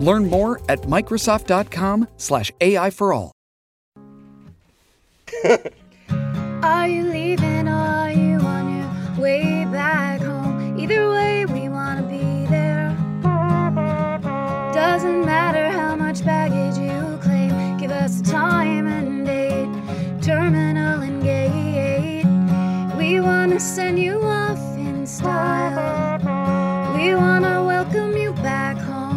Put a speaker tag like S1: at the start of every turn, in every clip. S1: Learn more at Microsoft.com/slash AI for all.
S2: Are you leaving? Are you on your way back home? Either way, we wanna be there. Doesn't matter how much baggage you claim, give us a time and date, terminal and gate. We wanna send you off in style. We wanna welcome you back home.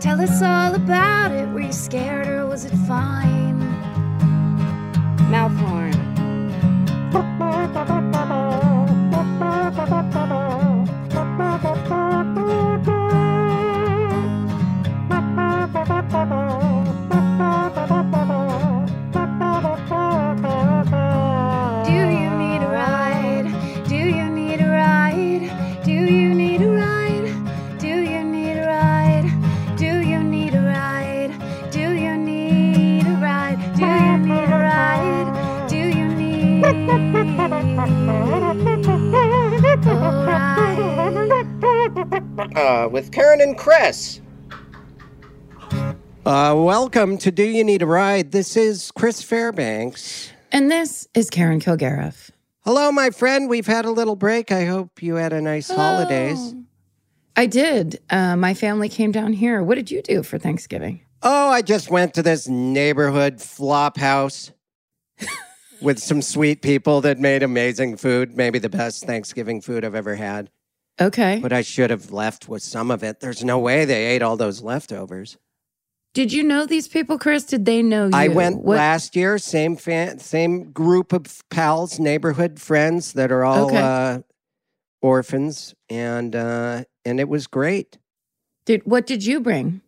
S2: Tell us all about it. Were you scared or was it fine? Mouth horn. Do you need a ride? Do you need a ride? Do you need a ride? Do you need a ride? Do you need a ride? Do you need a ride? Do you need a ride? Do you need a ride?
S3: uh, with Karen and Chris.
S4: Uh, welcome to Do You Need a Ride? This is Chris Fairbanks.
S5: And this is Karen Kilgariff.
S4: Hello, my friend. We've had a little break. I hope you had a nice holidays.
S5: I did. Uh, my family came down here. What did you do for Thanksgiving?
S4: Oh, I just went to this neighborhood flop house with some sweet people that made amazing food. Maybe the best Thanksgiving food I've ever had.
S5: Okay.
S4: But I should have left with some of it. There's no way they ate all those leftovers.
S5: Did you know these people, Chris? Did they know you?
S4: I went
S5: What-
S4: last year. Same fan, same group of pals, neighborhood friends that are all
S5: Okay.
S4: uh, orphans, and uh, and it was great.
S5: Did what did you bring?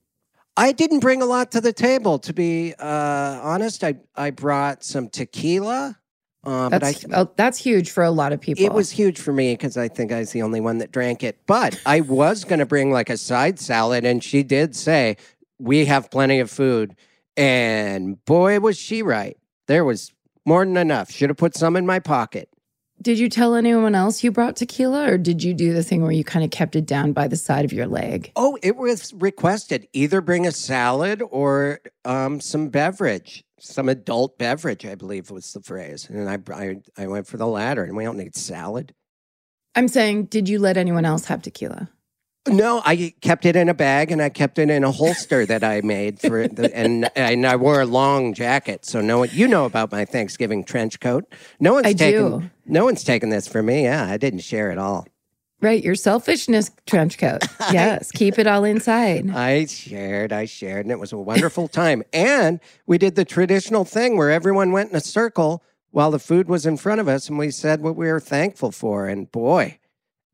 S4: I didn't bring a lot to the table, to be uh, honest. I I brought some tequila, uh, but I
S5: That's oh, that's huge for a lot of people.
S4: it was huge for me because I think I was the only one that drank it. But I was going to bring like a side salad, and she did say, We have plenty of food. And boy, was she right. There was more than enough. Should have put some in my pocket.
S5: Did you tell anyone else you brought tequila, or did you do the thing where you kind of kept it down by the side of your leg?
S4: Oh, it was requested either bring a salad or um, some beverage, some adult beverage, I believe was the phrase. And I, I, I went for the latter, and we don't need salad.
S5: I'm saying, did you let anyone else have tequila?
S4: No, I kept it in a bag and I kept it in a holster that I made for the, and and I wore a long jacket. So no one, you know about my Thanksgiving trench coat. No one's
S5: I
S4: taken
S5: do.
S4: no one's taken this for me. Yeah, I didn't share it all.
S5: Right, your selfishness trench coat. Yes, keep it all inside.
S4: I shared, I shared, and it was a wonderful time. And we did the traditional thing where everyone went in a circle while the food was in front of us and we said what we were thankful for. And boy,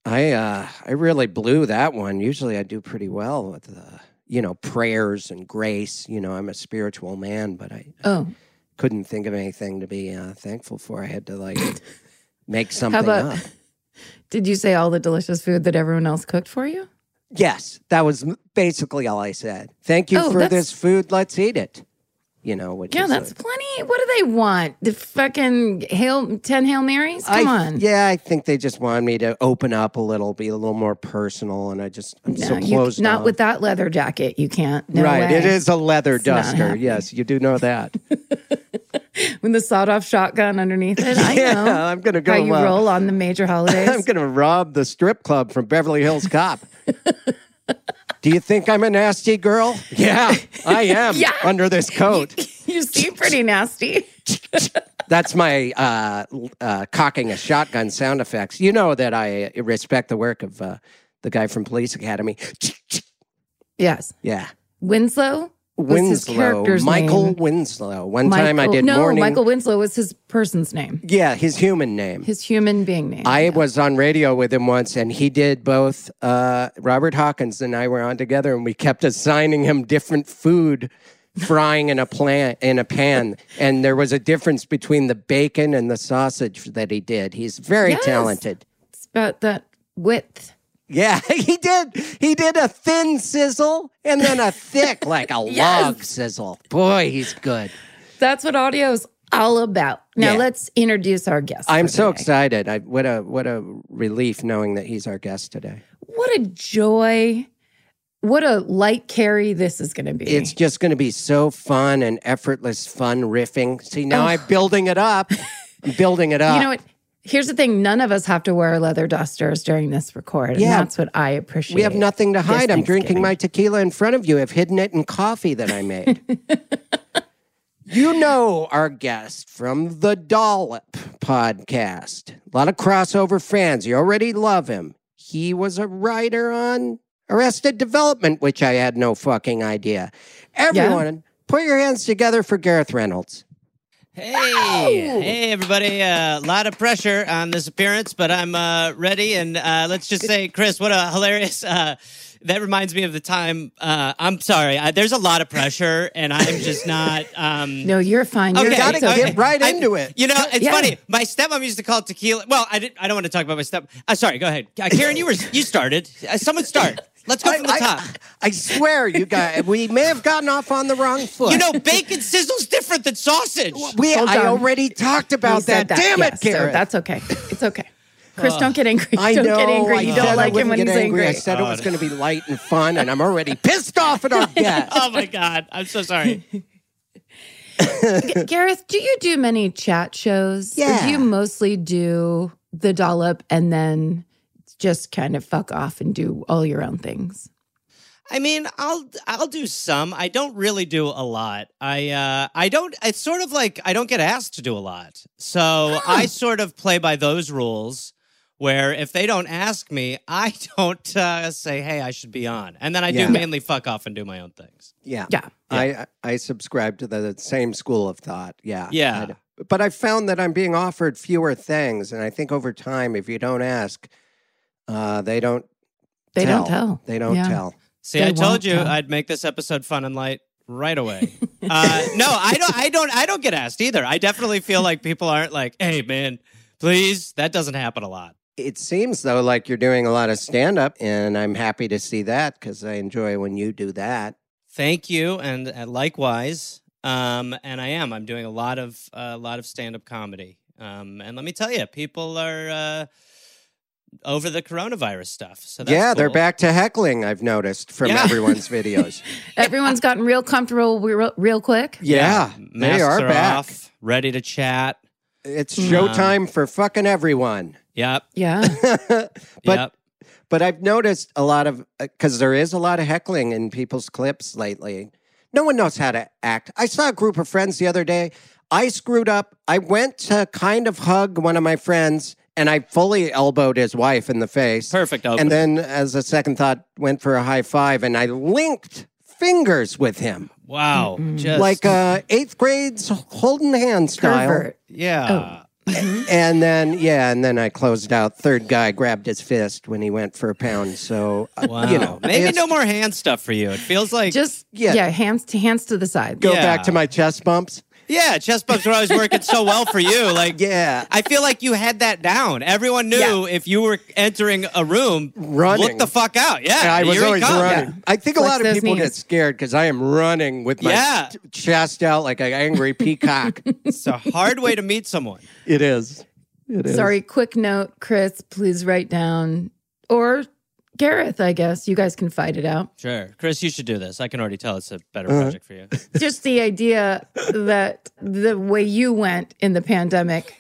S4: I uh I really blew that one. Usually I do pretty well with the you know, prayers and grace. You know, I'm a spiritual man, but I
S5: Oh,
S4: couldn't think of anything to be uh, thankful for. I had to like make something
S5: how about?
S4: up.
S5: Did you say all the delicious food that everyone else cooked for you?
S4: Yes, that was m- basically all I said. Thank you
S5: Oh,
S4: for
S5: that's-
S4: this food. Let's eat it. You know, which
S5: Yeah,
S4: is
S5: that's
S4: a-
S5: plenty. What do they want? The fucking hail ten hail marys?
S4: I-
S5: Come on.
S4: Yeah, I think they just wanted me to open up a little, be a little more personal, and I just I'm
S5: No,
S4: so
S5: you-
S4: closed.
S5: not
S4: off.
S5: with that leather jacket. You can't. No
S4: right,
S5: way.
S4: it is a leather
S5: not
S4: duster.
S5: happening.
S4: Yes, you do know that.
S5: With the sawed-off shotgun underneath it. I
S4: Yeah,
S5: know.
S4: I'm gonna go,
S5: How you
S4: uh,
S5: roll on the major holidays.
S4: I'm going to rob the strip club from Beverly Hills Cop. Do you think I'm a nasty girl? Yeah, I am
S5: Yeah.
S4: under this coat.
S5: you seem pretty nasty.
S4: That's my uh, l- uh, cocking a shotgun sound effects. You know that I uh, respect the work of uh, the guy from Police Academy.
S5: Yes.
S4: Yeah.
S5: Winslow? What's his
S4: Winslow.
S5: character's
S4: Michael
S5: name?
S4: Winslow. One time I did
S5: no,
S4: morning.
S5: Michael Winslow was his person's name,
S4: Yeah, his human name.
S5: his human being name.
S4: I was on radio with him once, and he did both. Uh, Robert Hawkins and I were on together, and we kept assigning him different food, frying in a plant in a pan, and there was a difference between the bacon and the sausage that he did. He's very
S5: Yes.
S4: talented.
S5: It's about that width.
S4: Yeah, he did. He did a thin sizzle and then a thick, like a
S5: Yes.
S4: log sizzle. Boy, he's good.
S5: That's what audio is all about. Now
S4: Yeah.
S5: let's introduce our guest.
S4: I'm
S5: for
S4: so
S5: today.
S4: excited. I, what a what a relief knowing that he's our guest today.
S5: What a joy. What a light carry this is going to be.
S4: It's just going to be so fun and effortless fun riffing. See, now I'm building it up. I'm building it up.
S5: you know what? Here's the thing none of us have to wear leather dusters during this record.
S4: Yeah.
S5: And that's what I appreciate.
S4: we have nothing to
S5: this
S4: hide. I'm drinking
S5: Thanksgiving.
S4: my tequila in front of you. I've hidden it in coffee that I made. you know our guest from the Dollop podcast. A lot of crossover fans. You already love him. He was a writer on Arrested Development, which I had no fucking idea. Everyone, put your hands together for Gareth Reynolds.
S6: Hey, hey, everybody! A lot of pressure on this appearance, but I'm uh, ready. And uh, let's just say, Chris, what a hilarious! Uh, that reminds me of the time. Uh, I'm sorry. I, there's a lot of pressure, and I'm just not. Um,
S5: No, you're fine.
S6: Okay,
S5: You're,
S4: gotta
S5: it's okay.
S4: get right
S6: I-
S4: into it.
S6: You know, it's
S5: Yeah.
S6: funny. My stepmom used to call it tequila. Well, I, did, I don't want to talk about my step. Uh, sorry, go ahead, uh, Karen. You were you started. Uh, someone start. Let's go
S4: I-
S6: from the
S4: I-
S6: top.
S4: I swear, you guys, we may have gotten off on the wrong foot.
S6: you know, bacon sizzle's different than sausage.
S4: we,
S5: Hold
S4: I
S5: on.
S4: already talked
S5: We
S4: about
S5: said
S4: that. Damn
S5: Yeah,
S4: it, Gareth.
S5: So that's okay. It's okay. Chris, don't get angry.
S4: I
S5: don't
S4: know.
S5: get angry. You
S4: I
S5: don't
S4: said I
S5: like
S4: wouldn't
S5: him when
S4: get
S5: he's angry.
S4: I said
S6: Oh,
S4: it was going to be light and fun, and I'm already pissed off at our guest.
S6: oh my god, I'm so sorry.
S5: Gareth, do you do many chat shows? Or
S4: Yeah.
S5: do you mostly do the dollop and then just kind of fuck off and do all your own things?
S6: I mean, I'll I'll do some. I don't really do a lot. I uh, I don't. It's sort of like I don't get asked to do a lot, so I sort of play by those rules. Where if they don't ask me, I don't uh, say, "Hey, I should be on," and then I
S4: Yeah.
S6: do mainly fuck off and do my own things.
S4: Yeah.
S5: Yeah.
S4: I, I subscribe to the same school of thought. Yeah.
S6: Yeah.
S4: I'd- but I found that I'm being offered fewer things. And I think over time, if you don't ask, uh, they don't
S5: They
S4: tell.
S5: don't tell.
S4: They don't
S5: Yeah.
S4: tell.
S6: See,
S5: They
S6: I
S5: won't
S6: told you
S5: tell.
S6: I'd make this episode fun and light right away. uh, no, I don't. I don't. I don't get asked either. I definitely feel like people aren't like, "Hey, man, please." That doesn't happen a lot.
S4: It seems though like you're doing a lot of stand up, and I'm happy to see that because I enjoy when you do that.
S6: Thank you, and uh, likewise. Um, and I am. I'm doing a lot of uh, a lot of stand up comedy. Um, and let me tell you, people are uh, over the coronavirus stuff. So that's
S4: yeah, they're
S6: cool.
S4: back to heckling, I've noticed from
S6: Yeah.
S4: everyone's videes.
S5: Everyone's gotten real comfortable we- real, real quick.
S4: Yeah,
S6: masks
S4: they are, back.
S6: off, ready to chat.
S4: It's showtime for fucking everyone.
S6: Yep.
S5: Yeah.
S4: but
S6: yep.
S4: but I've noticed a lot of because there is a lot of heckling in people's clips lately. No one knows how to act. I saw a group of friends the other day. I screwed up. I went to kind of hug one of my friends, and I fully elbowed his wife in the face.
S6: Perfect. Open.
S4: And then, as a second thought, went for a high five, and I linked fingers with him,
S6: wow. Just
S4: like uh, eighth grade's holding hand style.
S5: Pervert.
S6: yeah.
S4: And then, yeah, and then I closed out. Third guy grabbed his fist when he went for a pound. So, uh,
S6: Wow.
S4: you know,
S6: maybe
S4: it's-
S6: no more hand stuff for you. It feels like
S5: Just
S4: Yeah.
S5: yeah. hands to hands to the side.
S4: Go
S6: Yeah.
S4: back to my chest bumps.
S6: yeah, chest bumps were always working so well for you. Like
S4: Yeah.
S6: I feel like you had that down. Everyone knew
S5: Yeah.
S6: if you were entering a room,
S4: Running.
S6: look the fuck out. Yeah,
S4: I was
S6: here he
S4: always
S6: comes.
S4: running. I think a
S5: Flex
S4: lot of
S5: those
S4: people get
S5: knees.
S4: scared because I am running with my
S6: Yeah.
S4: ch- chest out like an angry peacock.
S6: It's a hard way to meet someone.
S4: it is. It is.
S5: Sorry, quick note, Chris, please write down or Gareth, I guess. You guys can fight it out.
S6: Sure, Chris, you should do this. I can already tell it's a better
S4: Uh-huh.
S6: project for you.
S5: Just the idea that the way you went in the pandemic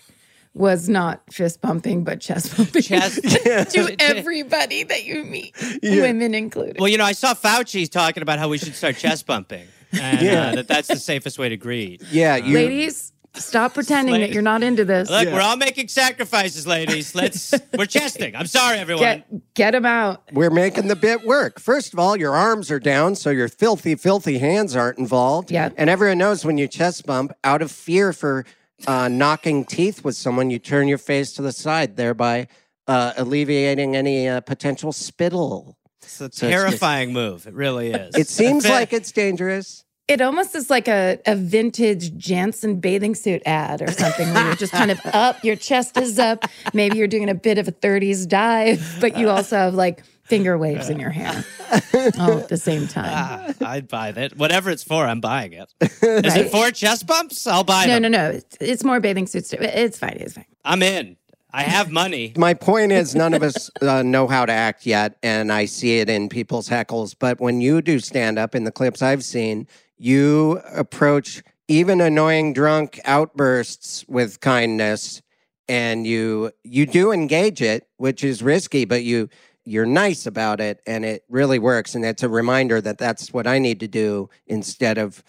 S5: was not fist pumping, but chest pumping
S6: Chest-
S5: to everybody that you meet, women included.
S6: Well, you know, I saw Fauci talking about how we should start chest bumping. And,
S4: Yeah.
S6: uh, that that's the safest way to greet.
S4: Yeah, you,
S5: Ladies, stop pretending that you're not into this.
S6: Look, we're all making sacrifices, ladies. Let's we're chesting. I'm sorry, everyone.
S5: Get get them out.
S4: we're making the bit work. First of all, your arms are down, so your filthy, filthy hands aren't involved.
S5: Yeah.
S4: And everyone knows when you chest bump, out of fear for uh, knocking teeth with someone, you turn your face to the side, thereby uh, alleviating any uh, potential spittle.
S6: it's a
S4: it's-
S6: terrifying move. It really is.
S4: It seems like it's dangerous.
S5: It almost is like a, a vintage Jansen bathing suit ad or something where you're just kind of up, your chest is up. Maybe you're doing a bit of a 30s dive, but you also have like finger waves in your hair all at the same time.
S6: Ah, I'd buy that. Whatever it's for, I'm buying it. Is it for chest bumps? I'll buy
S5: No,
S6: them.
S5: no, no. It's, it's more bathing suits. It's fine. It's fine.
S6: I'm in. I have money.
S4: My point is, none of us uh, know how to act yet, and I see it in people's heckles. But when you do stand up in the clips I've seen, you approach even annoying drunk outbursts with kindness, and you you do engage it, which is risky, but you you're nice about it, and it really works. And it's a reminder that that's what I need to do instead of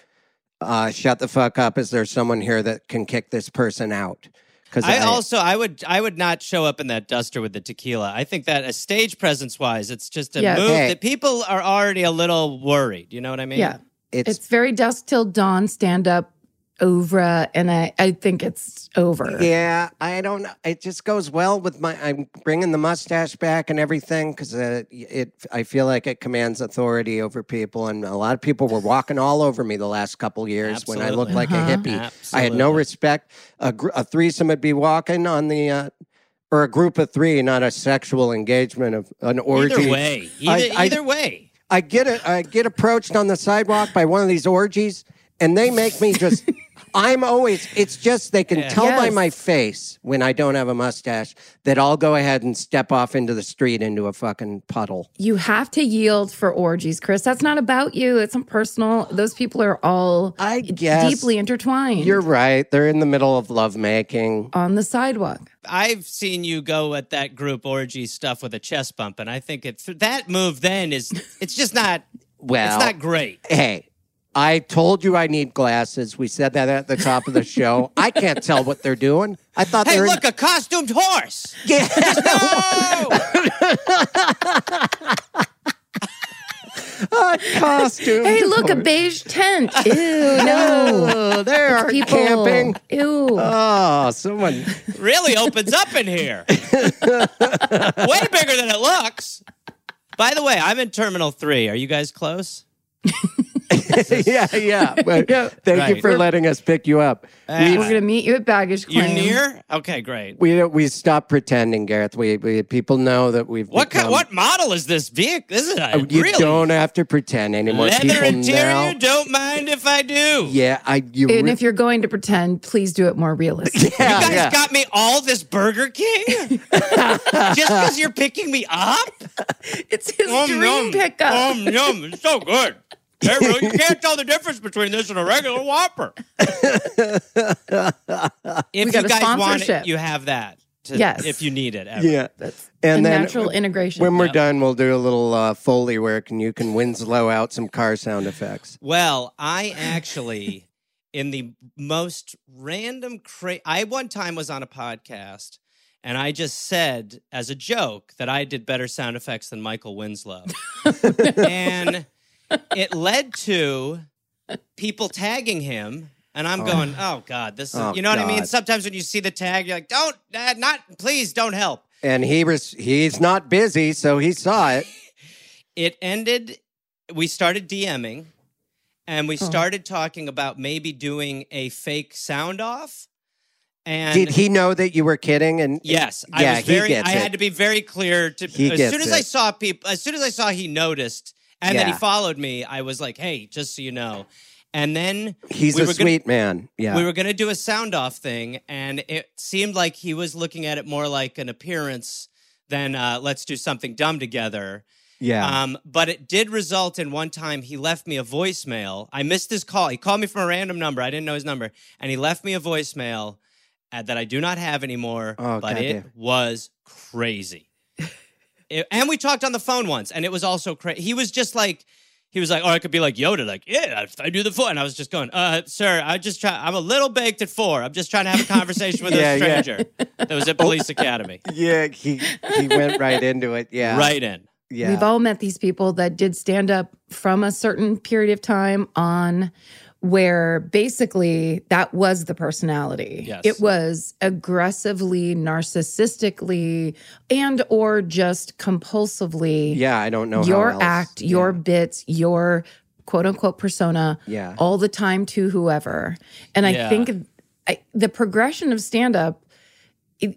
S4: uh, shut the fuck up. Is there someone here that can kick this person out? Because
S6: I also I would I would not show up in that duster with the tequila. I think that a stage presence wise, it's just a
S5: Yeah.
S6: move
S4: Hey.
S6: that people are already a little worried. You know what I mean?
S5: Yeah.
S4: it's
S5: It's very dusk till dawn stand up over, and I, I think it's over.
S4: Yeah, I don't know. It just goes well with my. I'm bringing the mustache back and everything because uh, it. I feel like it commands authority over people, and a lot of people were walking all over me the last couple years when I looked like
S6: Absolutely.
S4: a
S6: Uh-huh.
S4: hippie. I had no
S6: Absolutely.
S4: respect. A, gr- a threesome would be walking on the, uh, or a group of three, not a sexual engagement of an orgy.
S6: Either way,
S4: I-
S6: either,
S4: I-
S6: either way.
S4: I get a, I get approached on the sidewalk by one of these orgies, and they make me just. I'm always. It's just they can tell by
S5: Yes.
S4: my face when I don't have a mustache that I'll go ahead and step off into the street into a fucking puddle.
S5: You have to yield for orgies, Chris. That's not about you. It's not personal. Those people are all
S4: I guess
S5: deeply intertwined.
S4: You're right. They're in the middle of lovemaking.
S5: on the sidewalk.
S6: I've seen you go at that group orgy stuff with a chest bump, and I think it's that move. Then is it's just not.
S4: Well,
S6: it's not great.
S4: hey. I told you I need glasses. We said that at the top of the show. I can't tell what they're doing. I thought they
S6: Hey,
S4: were
S6: look, a costumed horse.
S4: Yeah.
S6: No!
S4: costume.
S5: Hey, look, a beige tent. Ew, no.
S4: Oh, they are
S5: People.
S4: camping.
S5: Ew.
S4: Oh, someone.
S6: really opens up in here. Way bigger than it looks. By the way, I'm in Terminal 3. Are you guys close?
S4: yeah, yeah. But thank you
S6: Right. Uh,
S4: for letting us pick you up.
S5: We're going to meet you at baggage
S6: You're
S5: claim.
S6: near? Okay, great.
S4: We we stopped pretending, Gareth. We, we people know that we've
S6: What
S4: become, Oh,
S6: kind, what model is this vehicle? This is a
S4: You
S6: really
S4: don't have to pretend anymore.
S6: leather
S4: people
S6: interior.
S4: now.
S6: Don't mind if I do. You
S4: Yeah, I you.
S5: And
S4: re-
S5: if you're going to pretend, please do it more realistic.
S4: yeah,
S6: guys
S4: yeah.
S6: got me all this Burger King just because you're picking me up.
S5: It's his dream pickup.
S6: Um, yum. It's so good. Hey, bro, you can't tell the difference between this and a regular Whopper. if
S5: We got a
S6: you guys want it,
S5: sponsorship.
S6: you have that. To,
S5: Yes.
S6: If you need it. Ever.
S4: yeah.
S5: That's
S4: And
S5: a
S4: then
S5: natural integration.
S4: when we're done, we'll do a little uh, foley work, and you can Winslow out some car sound effects.
S6: Well, I actually, in the most random, cra- I one time was on a podcast and I just said as a joke that I did better sound effects than Michael Winslow. and it led to people tagging him. And I'm going, oh God, this is,
S4: Oh,
S6: you know what I mean?
S4: God.
S6: Sometimes when you see the tag, you're like, don't, uh, not, please don't help.
S4: And he was he's not busy, so he saw it.
S6: it ended we started dming and we
S4: Oh.
S6: started talking about maybe doing a fake sound off and
S4: Did he know that you were kidding? And
S6: yes
S4: Yeah,
S6: i was
S4: he
S6: very
S4: gets
S6: i
S4: it.
S6: had to be very clear to
S4: He
S6: as
S4: gets
S6: soon as
S4: it.
S6: i saw people as soon as i saw he noticed and then he
S4: Yeah.
S6: followed me i was like hey just so you know and then
S4: he's
S6: we
S4: a
S6: were gonna-
S4: sweet man. Yeah.
S6: we were going to do a sound off thing, and it seemed like he was looking at it more like an appearance than uh, let's do something dumb together.
S4: Yeah.
S6: Um, but it did result in one time he left me a voicemail. I missed his call. He called me from a random number. I didn't know his number, and he left me a voicemail. uh, that I do not have anymore,
S4: Oh,
S6: but it
S4: goddamn.
S6: was crazy. It- and we talked on the phone once, and it was also crazy. He was just like, he was like, or I could be like Yoda, like, yeah, I, I do the four. And I was just going, uh, sir, I just try, I'm a little baked at four. I'm just trying to have a conversation with
S4: Yeah,
S6: a
S4: yeah.
S6: stranger that was at police academy.
S4: Yeah, he he went right into it. Yeah,
S6: Right in.
S4: Yeah,
S5: We've all met these people that did stand up from a certain period of time on where basically that was the personality.
S6: Yes.
S5: It was aggressively narcissistically and or just compulsively
S4: yeah. I don't know how
S5: your
S4: else.
S5: act, your bits, your quote unquote persona
S4: yeah. yeah.
S5: all the time to whoever. And I
S6: Yeah.
S5: think I, the progression of stand up,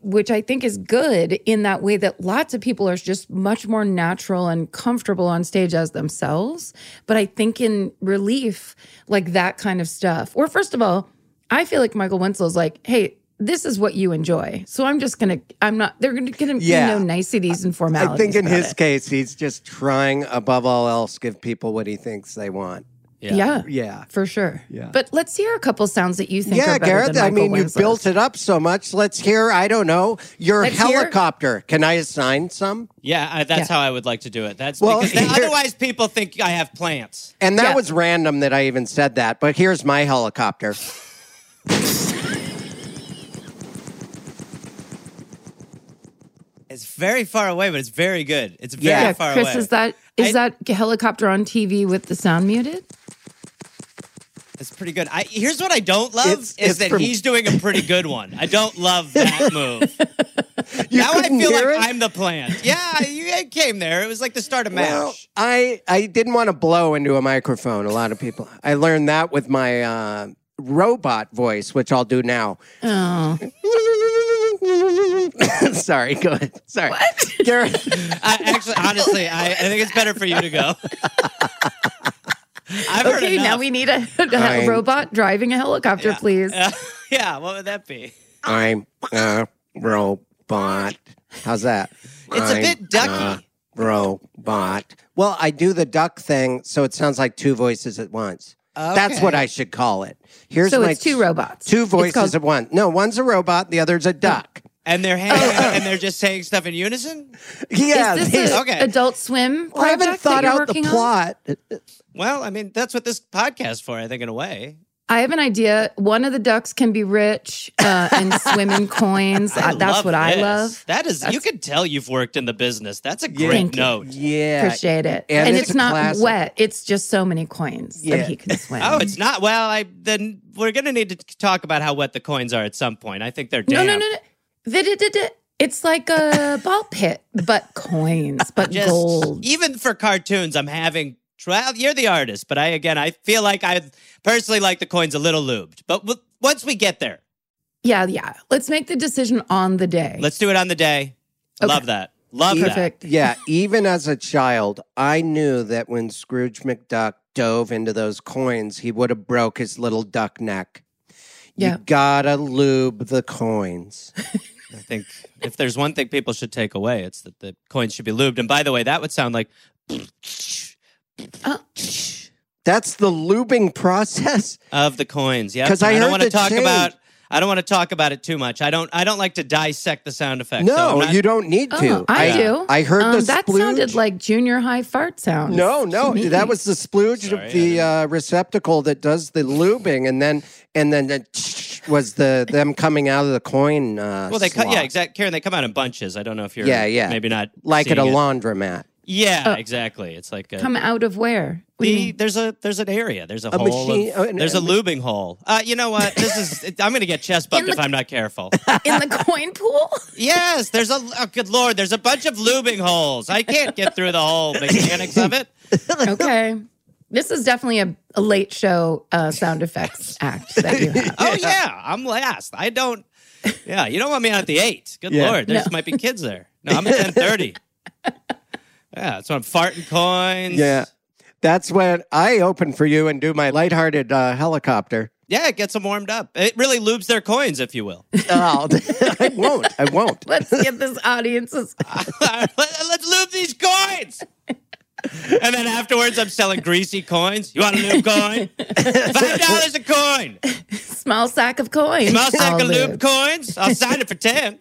S5: which I think is good in that way that lots of people are just much more natural and comfortable on stage as themselves. But I think in relief, like that kind of stuff, or first of all, I feel like Michael Winslow's like, hey, this is what you enjoy. So I'm just gonna, I'm not, they're gonna, gonna
S4: Yeah.
S5: be no niceties and formalities.
S4: I think in
S5: about
S4: his
S5: it.
S4: case, he's just trying above all else give people what he thinks they want.
S5: yeah.
S4: Yeah.
S5: For sure.
S4: Yeah.
S5: But let's hear a couple sounds that you think
S4: Yeah,
S5: are better
S4: Gareth.
S5: than
S4: I
S5: Michael
S4: mean, you
S5: Winslow's.
S4: built it up so much. Let's hear. I don't know your
S5: Let's hear-
S4: helicopter. Can I assign some?
S6: Yeah, I, that's
S5: Yeah.
S6: how I would like to do it. That's
S4: Well,
S6: because then
S4: here-
S6: otherwise people think I have plants.
S4: And that
S5: Yeah.
S4: was random that I even said that. But here's my helicopter.
S6: It's very far away, but it's very good. It's very
S4: Yeah,
S5: Yeah,
S6: far
S5: Chris,
S6: away.
S5: is that is
S6: I-
S5: that helicopter on TV with the sound muted?
S6: It's pretty good. I, here's what I don't love
S4: It's-
S6: is
S4: it's
S6: that
S4: from-
S6: he's doing a pretty good one. I don't love that move.
S4: You
S6: now I
S4: couldn't
S6: feel like
S4: hear it?
S6: I'm the plant. Yeah, you it came there. It was like the start of Mash.
S4: Well, I I didn't want to blow into a microphone. A lot of people. I learned that with my uh, robot voice, which I'll do now.
S5: Oh,
S4: Sorry, go ahead. Sorry, Gareth.
S6: I, actually, honestly, I, I think it's better for you to go. I've heard
S5: okay. Now
S6: enough.
S5: we need a, a
S4: Fine.
S5: robot driving a helicopter, please.
S6: Uh, yeah, what would that be?
S4: I'm a robot. How's that?
S6: It's a
S4: I'm
S6: bit ducky.
S4: robot. Well, I do the duck thing, so it sounds like two voices at once. That's what I should call it. Here's
S5: so
S4: my
S5: it's two robots.
S4: Two voices
S5: called-
S4: at once. No, one's a robot, the other's a duck.
S6: And they're
S4: Oh,
S6: hanging out and they're just saying stuff in unison.
S4: Yeah,
S5: is
S4: these-
S5: this a
S6: okay.
S5: Adult Swim?
S4: I haven't
S5: project that
S4: thought
S5: you're
S4: out the
S5: working on?
S4: plot.
S6: Well, I mean, that's what this podcast is for. I think in a way.
S5: I have an idea. One of the ducks can be rich uh, and swim in coins. I- that's
S6: love
S5: what I
S6: this.
S5: love.
S6: That is, you can tell you've worked in the business. That's a
S5: Thank
S6: great
S5: you.
S6: note.
S4: Oh, Yeah.
S5: Appreciate it.
S4: And
S5: And,
S4: it's
S5: it's,
S4: a
S5: not
S4: classic.
S5: wet. It's just so many coins
S4: Yeah.
S5: that he can swim.
S6: Oh, it's not. Well, I then we're gonna need to talk about how wet the coins are at some point. I think they're
S5: No,
S6: damp.
S5: no, no, no. Da-da-da-da. It's like a ball pit, but coins, but
S6: Just
S5: gold.
S6: even for cartoons, I'm having. Well, you're the artist, but I again, I feel like I personally like the coins a little lubed. But w- once we get there,
S5: Yeah, yeah. Let's make the decision on the day.
S6: let's do it on the day.
S5: Okay.
S6: Love that. Love that.
S5: Perfect.
S4: Yeah, even as a child, I knew that when Scrooge McDuck dove into those coins, he would have broke his little duck neck.
S5: Yeah.
S4: You gotta lube the coins.
S6: I think if there's one thing people should take away, it's that the coins should be lubed. And by the way, that would sound like.
S5: Uh,
S4: That's the lubing process.
S6: of the coins. Yeah,
S4: 'Cause I
S6: don't
S4: heard
S6: wanna
S4: the
S6: talk
S4: change.
S6: about. I don't want to talk about it too much. I don't. I don't like to dissect the sound effects. so I'm
S4: no,
S6: not-
S4: you don't need to.
S5: Oh, I, do.
S4: I heard
S5: um,
S4: the
S5: that
S4: splooge.
S5: sounded like junior high fart sounds.
S4: No, no,
S5: to me.
S4: that was the splooge
S6: Sorry, I
S4: of the uh, receptacle that does the lubing, and then and then the was the them coming out of the coin. Uh,
S6: Well, they cut.
S4: slot,
S6: Yeah, exactly. Karen, they come out in bunches. I don't know if you're.
S4: Yeah, yeah.
S6: Maybe not
S4: Like at a
S6: seeing it.
S4: laundromat.
S6: Yeah, exactly. It's like a,
S5: Uh, Come out of where? What do you
S6: the,
S5: mean?
S6: there's a there's an area. There's a,
S4: A
S6: hole. of-
S4: machine- oh, and-
S6: there's a
S4: and-
S6: lubing hole. Uh, you know what? This is. I'm gonna get chest bumped
S5: In
S6: if
S5: the-
S6: I'm not careful.
S5: In the coin pool?
S6: yes, there's a. Oh, good lord, there's a bunch of lubing holes. I can't get through the whole mechanics of it.
S5: okay. This is definitely a, a late show uh, sound effects act that you have.
S6: Oh yeah, I'm last. I don't. Yeah, you don't want me on at the eight. Good
S4: Yeah.
S6: lord, there's
S5: No.
S6: might be kids there. No, I'm at ten thirty. yeah, that's when I'm farting coins.
S4: Yeah, that's when I open for you and do my lighthearted uh, helicopter.
S6: yeah, it gets them warmed up. It really lubes their coins, if you will.
S4: Oh, I won't. I won't.
S5: Let's get this audience's.
S6: Let, us lube these coins. And then afterwards, I'm selling greasy coins. You want a lube coin? Five dollars a coin.
S5: small sack of coins.
S6: Small sack
S5: I'll
S6: of
S5: lose.
S6: lube coins. I'll sign it for 10.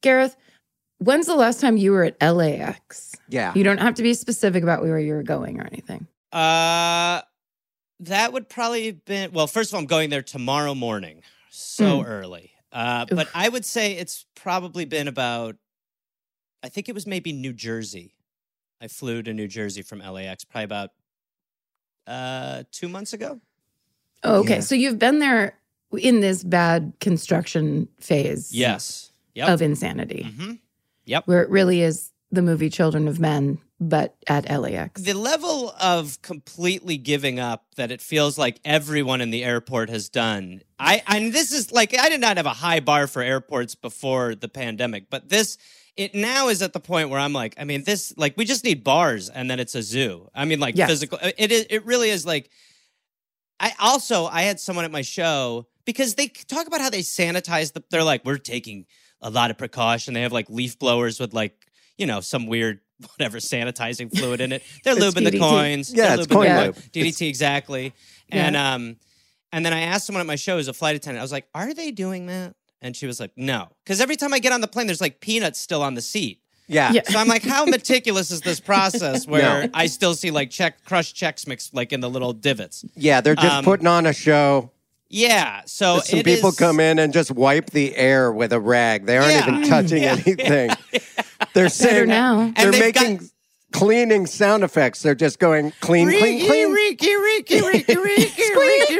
S5: Gareth, when's the last time you were at LAX?
S4: Yeah.
S5: You don't have to be specific about where you were going or anything.
S6: Uh, that would probably have been, well, first of all, I'm going there tomorrow morning. So early. Uh, but
S5: Oof.
S6: I would say it's probably been about, I think it was maybe New Jersey. I flew to New Jersey from LAX probably about uh, two months ago.
S5: Oh, okay.
S4: Yeah.
S5: So you've been there in this bad construction phase
S6: Yes. Yep.
S5: of insanity,
S4: Mm-hmm.
S6: hmm
S5: where it really is the movie Children of Men, but at LAX.
S6: The level of completely giving up that it feels like everyone in the airport has done. I and this is like I did not have a high bar for airports before the pandemic, but this it now is at the point where I'm like, I mean, this like we just need bars and then it's a zoo. I mean, like
S5: Yes.
S6: physical. uh, It is. It really is like. I also I had someone at my show because they talk about how they sanitize. The, they're like, we're taking a lot of precaution. They have like leaf blowers with like you know some weird whatever sanitizing fluid in it. They're
S5: It's
S6: lubing the
S5: DDT.
S6: coins.
S4: Yeah,
S6: They're
S4: it's
S6: lubing the
S4: coin
S6: coin-
S4: lube.
S6: DDT exactly. And um, and then I asked someone at my show who's a flight attendant. I was like, are they doing that? And she was like, no, because every time I get on the plane, there's like peanuts still on the seat.
S4: Yeah.
S5: Yeah.
S6: So I'm like, how meticulous is this process where I still see like check crushed checks mixed like in the little divots?
S4: Yeah, they're just
S6: Um,
S4: putting on a show.
S6: Yeah. So
S4: Some
S6: it
S4: people
S6: is-
S4: come in and just wipe the air with a rag. They aren't
S6: Yeah.
S4: even touching anything.Ey're saying
S5: now.
S4: they're
S6: And they've got-
S4: making cleaning sound effects. They're just going clean, clean,
S6: Reeky,
S4: clean.
S6: reeky, reeky, reeky, reeky, reeky,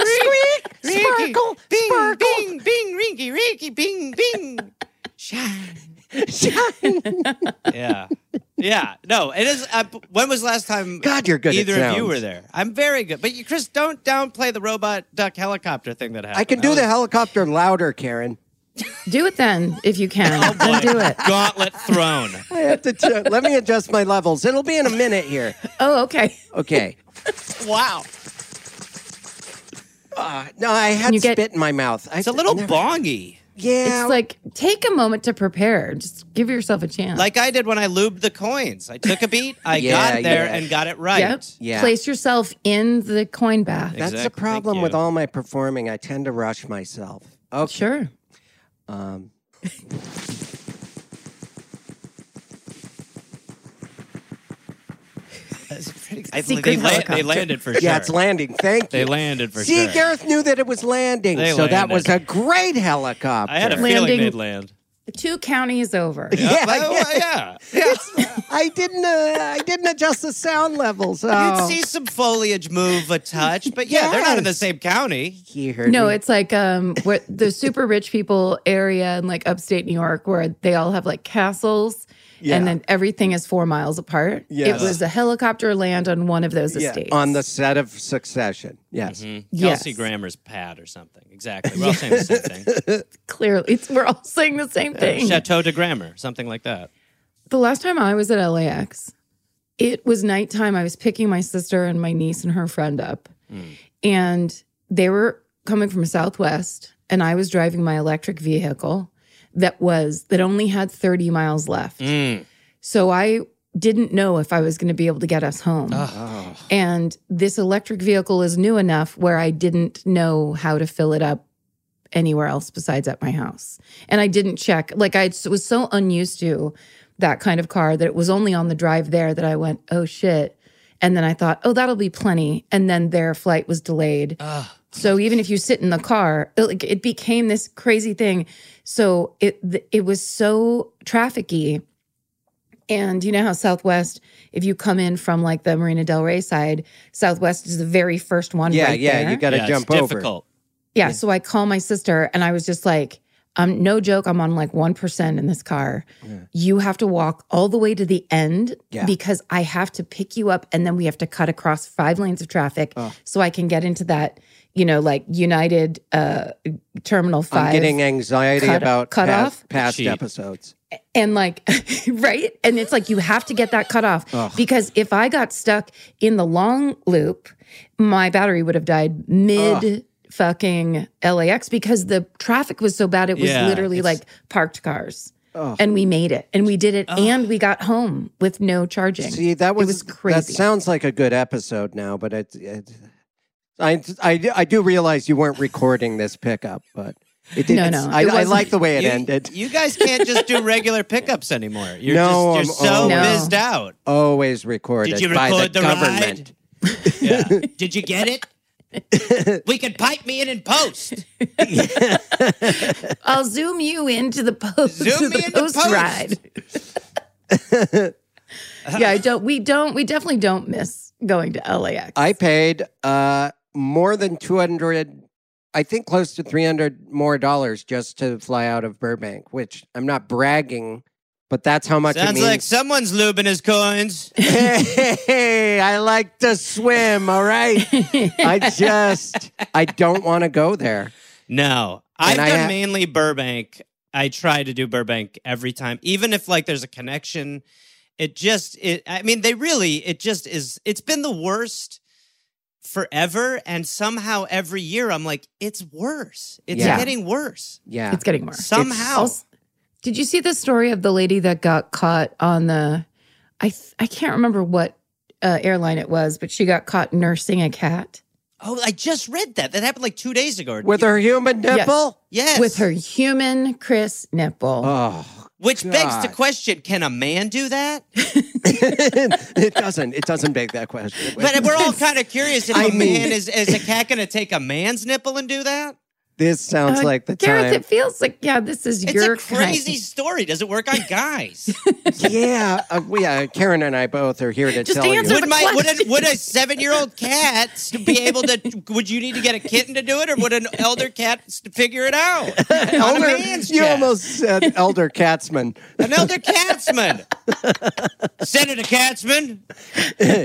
S6: reeky, reeky, bing, bing, bing, reeky, reeky, bing, bing, shine, Yeah, yeah. No, it is. Uh, b- when was the last time?
S4: God, you're good at
S6: Either of you
S4: sounds.
S6: were there. I'm very good, but you, Chris, don't downplay the robot duck helicopter thing that happened.
S4: I can do the helicopter louder, Karen.
S5: Do it then if you can.
S4: Oh,
S5: then do it.
S6: Gauntlet throne.
S4: I have to t- let me adjust my levels. It'll be in a minute here.
S5: Oh, okay.
S4: Okay.
S6: Wow,
S4: Uh, no, I had
S5: You get-
S4: spit in my mouth. I,
S6: it's a little
S4: never-
S6: bongy.
S4: Yeah.
S5: It's like take a moment to prepare. Just give yourself a chance.
S6: Like I did when I lubed the coins. I took a beat, I
S4: Yeah,
S6: got there,
S4: yeah.
S6: and got it right.
S5: Yep.
S4: Yeah.
S5: Place yourself in the coin bath.
S4: That's the
S6: Exactly. Thank
S4: problem with
S6: you.
S4: all my performing. I tend to rush myself. Okay.
S5: Sure.
S4: Um,
S6: I,
S5: Secret
S6: they, la-
S5: helicopter.
S6: they landed for sure.
S4: Yeah, it's landing. Thank
S6: They
S4: you.
S6: landed for
S4: See,
S6: sure.
S4: Gareth knew that it was landing,
S6: They
S4: so that was a
S6: landed.
S4: great helicopter.
S6: I had a
S5: Landing-
S6: feeling they'd land.
S5: Two counties over.
S4: Yeah,
S6: Like,
S4: yeah.
S6: oh, yeah.
S4: I didn't. Uh, I didn't adjust the sound levels.
S6: You'd
S4: Oh.
S6: see some foliage move a touch, but yeah, they're not in the
S4: Yes.
S6: same county.
S4: You heard
S5: No,
S4: me.
S5: it's like um what the super rich people area in like upstate New York where they all have like castles
S4: Yeah.
S5: and then everything is four miles apart.
S4: Yes.
S5: It was a helicopter land on one of those
S4: Yeah,
S5: estates.
S4: on the set of Succession. Yes.
S5: Yes.
S6: Kelsey Grammer's pad or something. Exactly. We're all saying the same thing.
S5: clearly it's, we're all saying the
S4: Uh,
S5: same thing.
S6: Chateau de Grammar, something like that.
S5: The last time I was at LAX, it was nighttime. I was picking my sister and my niece and her friend up,
S4: Hmm.
S5: and they were coming from Southwest, and I was driving my electric vehicle that was that only had 30 miles left.
S4: Hmm.
S6: Mm.
S5: So I didn't know if I was going to be able to get us home.
S6: Ah.
S4: Oh.
S5: And this electric vehicle is new enough where I didn't know how to fill it up anywhere else besides at my house. And I didn't check. Like I s- was so unused to that kind of car that it was only on the drive there that I went, oh shit. And then I thought, oh, that'll be plenty. And then their flight was delayed. So even if you sit in the car, it, like, it became this crazy thing. So it th- it was so trafficky. And you know how Southwest, if you come in from like the Marina Del Rey side, Southwest is the very first one.
S4: yeah,
S5: right
S4: yeah.
S5: there.
S4: You got to
S6: Yeah,
S4: jump
S6: it's
S4: over.
S6: difficult.
S5: Yeah. So I call my sister and I was just like, um, no joke, I'm on like 1% in this car. You have to walk all the way to the end
S4: Yeah.
S5: because I have to pick you up and then we have to cut across five lanes of traffic
S4: Oh.
S5: so I can get into that, you know, like United uh, Terminal 5.
S4: I'm getting anxiety
S5: cut-
S4: about
S5: cut
S4: past,
S5: off?
S4: past
S6: Cheat.
S4: episodes.
S5: and like right and it's like you have to get that cut off because if i got stuck in the long loop my battery would have died mid fucking lax because the traffic was so bad it was
S6: Yeah,
S5: literally
S6: it's-
S5: like parked cars
S4: Oh,
S5: and we made it and we did it and we got home with no charging
S4: See, that was,
S5: it was crazy
S4: That sounds like a good episode now, but it, it I, I, I do realize you weren't recording this pickup, but it did.
S5: No,
S4: it's-
S5: no,
S4: I,
S5: it
S4: I
S5: wasn't.
S4: like the way it
S6: you,
S4: ended.
S6: You guys can't just do regular pickups anymore. You're
S4: No,
S6: just
S4: I'm
S6: you're so
S5: always- No.
S6: bizzed out.
S4: Always recorded
S6: Did you
S4: by
S6: record
S4: the,
S6: the ride?
S4: government.
S6: Yeah. Did you get it? we could pipe me in and post.
S5: i'll zoom you into the post
S6: Zoom
S5: the
S6: me into
S5: post
S6: post.
S5: ride yeah i don't we don't we definitely don't miss going to lax
S4: I paid uh, more than 200, I think close to 300 more dollars just to fly out of Burbank, which I'm not bragging, but that's how much
S6: Sounds
S4: it
S6: like
S4: means.
S6: someone's lubing his coins.
S4: hey, I like to swim, all right? I just, I don't want to go there.
S6: No, I've
S4: And I
S6: done
S4: ha-
S6: mainly Burbank. I try to do Burbank every time, even if like there's a connection. It just, it. I mean, they really. It just is. It's been the worst forever, and somehow every year I'm like, it's worse. It's
S4: Yeah.
S6: getting worse
S4: Yeah.
S5: it's getting worse
S6: somehow.
S5: It's- Did you see the story of the lady that got caught on the? I th- I can't remember what uh, airline it was, but she got caught nursing a cat
S6: oh, I just read that. That happened like two days ago. Oh,
S4: With her human nipple?
S6: yes,
S5: with her human Chris nipple.
S4: Oh,
S6: Which begs the
S4: God.
S6: question: Can a man do that?
S4: it doesn't. It doesn't beg that question.
S6: But we're all kind of curious if a
S4: I mean-
S6: man is is a cat going to take a man's nipple and do that?
S4: this sounds
S5: Uh,
S4: like the
S5: Gareth,
S4: time.
S5: it feels like yeah, this is
S6: It's
S5: your
S6: a crazy
S5: kind.
S6: story. Does it work on guys?
S4: yeah, uh, we, uh, Karen and I both are here to
S5: Just
S4: tell
S5: answer
S4: you.
S6: would my would a,
S5: question.
S6: would a seven year old cat be able to? Would you need to get a kitten to do it, or would an elder cat s- figure it out? On a
S4: Elder-
S6: man's
S4: you
S6: chest.
S4: almost said Elder Katzman.
S6: an elder catsman. Senator Katzman.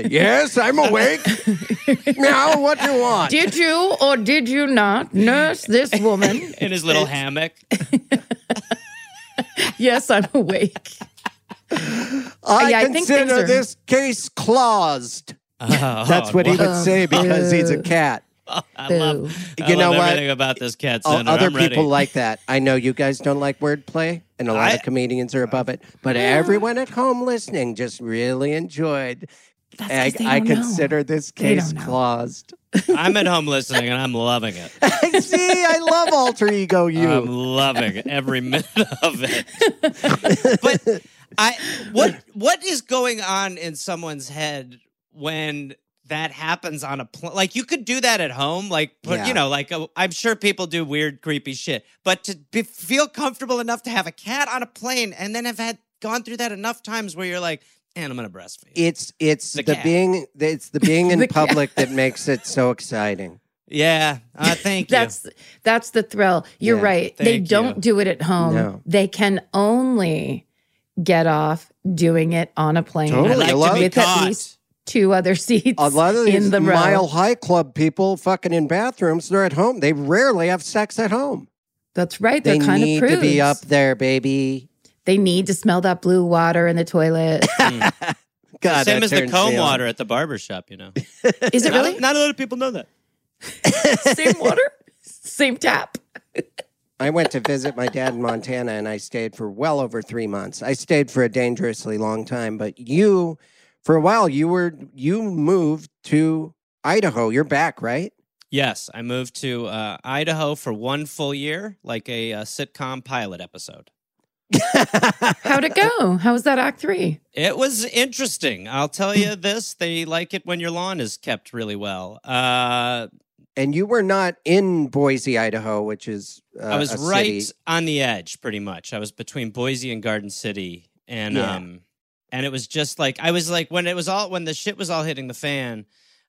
S4: yes, I'm awake. now, what do you want?
S5: Did you or did you not nurse this woman?
S6: in his little hammock.
S5: yes, I'm awake.
S4: I
S5: Yeah, I think
S4: consider
S5: things are-
S4: this case closed.
S6: Oh,
S4: That's what he would say because he's a cat.
S6: I love.
S4: You
S6: I
S4: know
S6: love
S4: what?
S6: Everything about this cat.
S4: O-
S6: Senator.
S4: Other
S6: I'm ready.
S4: people like that. I know you guys don't like wordplay, and a lot
S6: I-
S4: of comedians are above it. But everyone at home listening just really enjoyed. I,
S5: 'cause they
S4: I
S5: don't know.
S4: consider this
S5: They
S4: case
S5: don't know.
S4: closed.
S6: I'm at home listening, and I'm loving it.
S4: See, I love alter ego. You.
S6: I'm loving every minute of it. but I what what is going on in someone's head when that happens on a plane? Like you could do that at home, like put,
S4: Yeah.
S6: you know, like i I'm sure people do weird, creepy shit. But to be, feel comfortable enough to have a cat on a plane and then have had gone through that enough times where you're like, and I'm gonna breastfeed.
S4: it's it's
S6: The
S4: the,
S6: cat.
S4: being it's the being in
S5: The cat.
S4: public that makes it so exciting.
S6: yeah, uh, thank you.
S5: That's that's the thrill. You're
S4: Yeah,
S5: right. They
S6: thank
S5: don't
S6: you.
S5: do it at home.
S4: No.
S5: They can only get off doing it on a plane
S6: I
S4: Totally.
S6: like
S4: Hello?
S6: to be
S5: with at
S6: caught.
S5: least two other seats
S4: A lot of these
S5: in the row.
S4: mile high club people fucking in bathrooms, they're at home. They rarely have sex at home.
S5: That's right.
S4: They
S5: They're kind
S4: need
S5: of prudes.
S4: to be up there, baby.
S5: They need to smell that blue water in the toilet.
S4: God,
S6: Same
S4: that
S6: as the
S4: turns
S6: comb
S4: me on.
S6: water at the barber shop, you know.
S5: Is it really
S6: Not a lot of people know that.
S5: same water, same tap?
S4: I went to visit my dad in Montana and I stayed for well over three months. I stayed for a dangerously long time, but you, for a while, you were, you moved to Idaho. You're back, right?
S6: Yes, I moved to uh, Idaho for one full year, like a, uh sitcom pilot episode.
S5: How'd it go? How was that act three?
S6: It was interesting. I'll tell you this: they like it when your lawn is kept really well. Uh,
S4: and you were not in Boise, Idaho, which is uh,
S6: I was
S4: a
S6: right
S4: city.
S6: on the edge, pretty much. I was between Boise and Garden City, and
S4: Yeah.
S6: um, and it was just like I was like when it was all when the shit was all hitting the fan,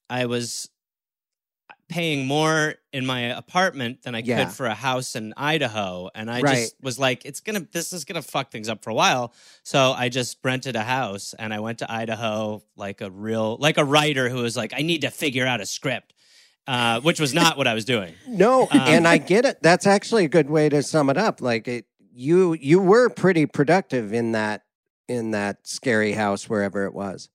S6: I was paying more in my apartment than I
S4: Yeah.
S6: could for a house in Idaho, and I
S4: Right.
S6: just was like, it's gonna this is gonna fuck things up for a while. So I just rented a house and I went to Idaho like a real like a writer who was like, I need to figure out a script, uh, which was not what I was doing.
S4: No,
S6: Um,
S4: and I get it. That's actually a good way to sum it up. Like it, you you were pretty productive in that in that scary house wherever it was.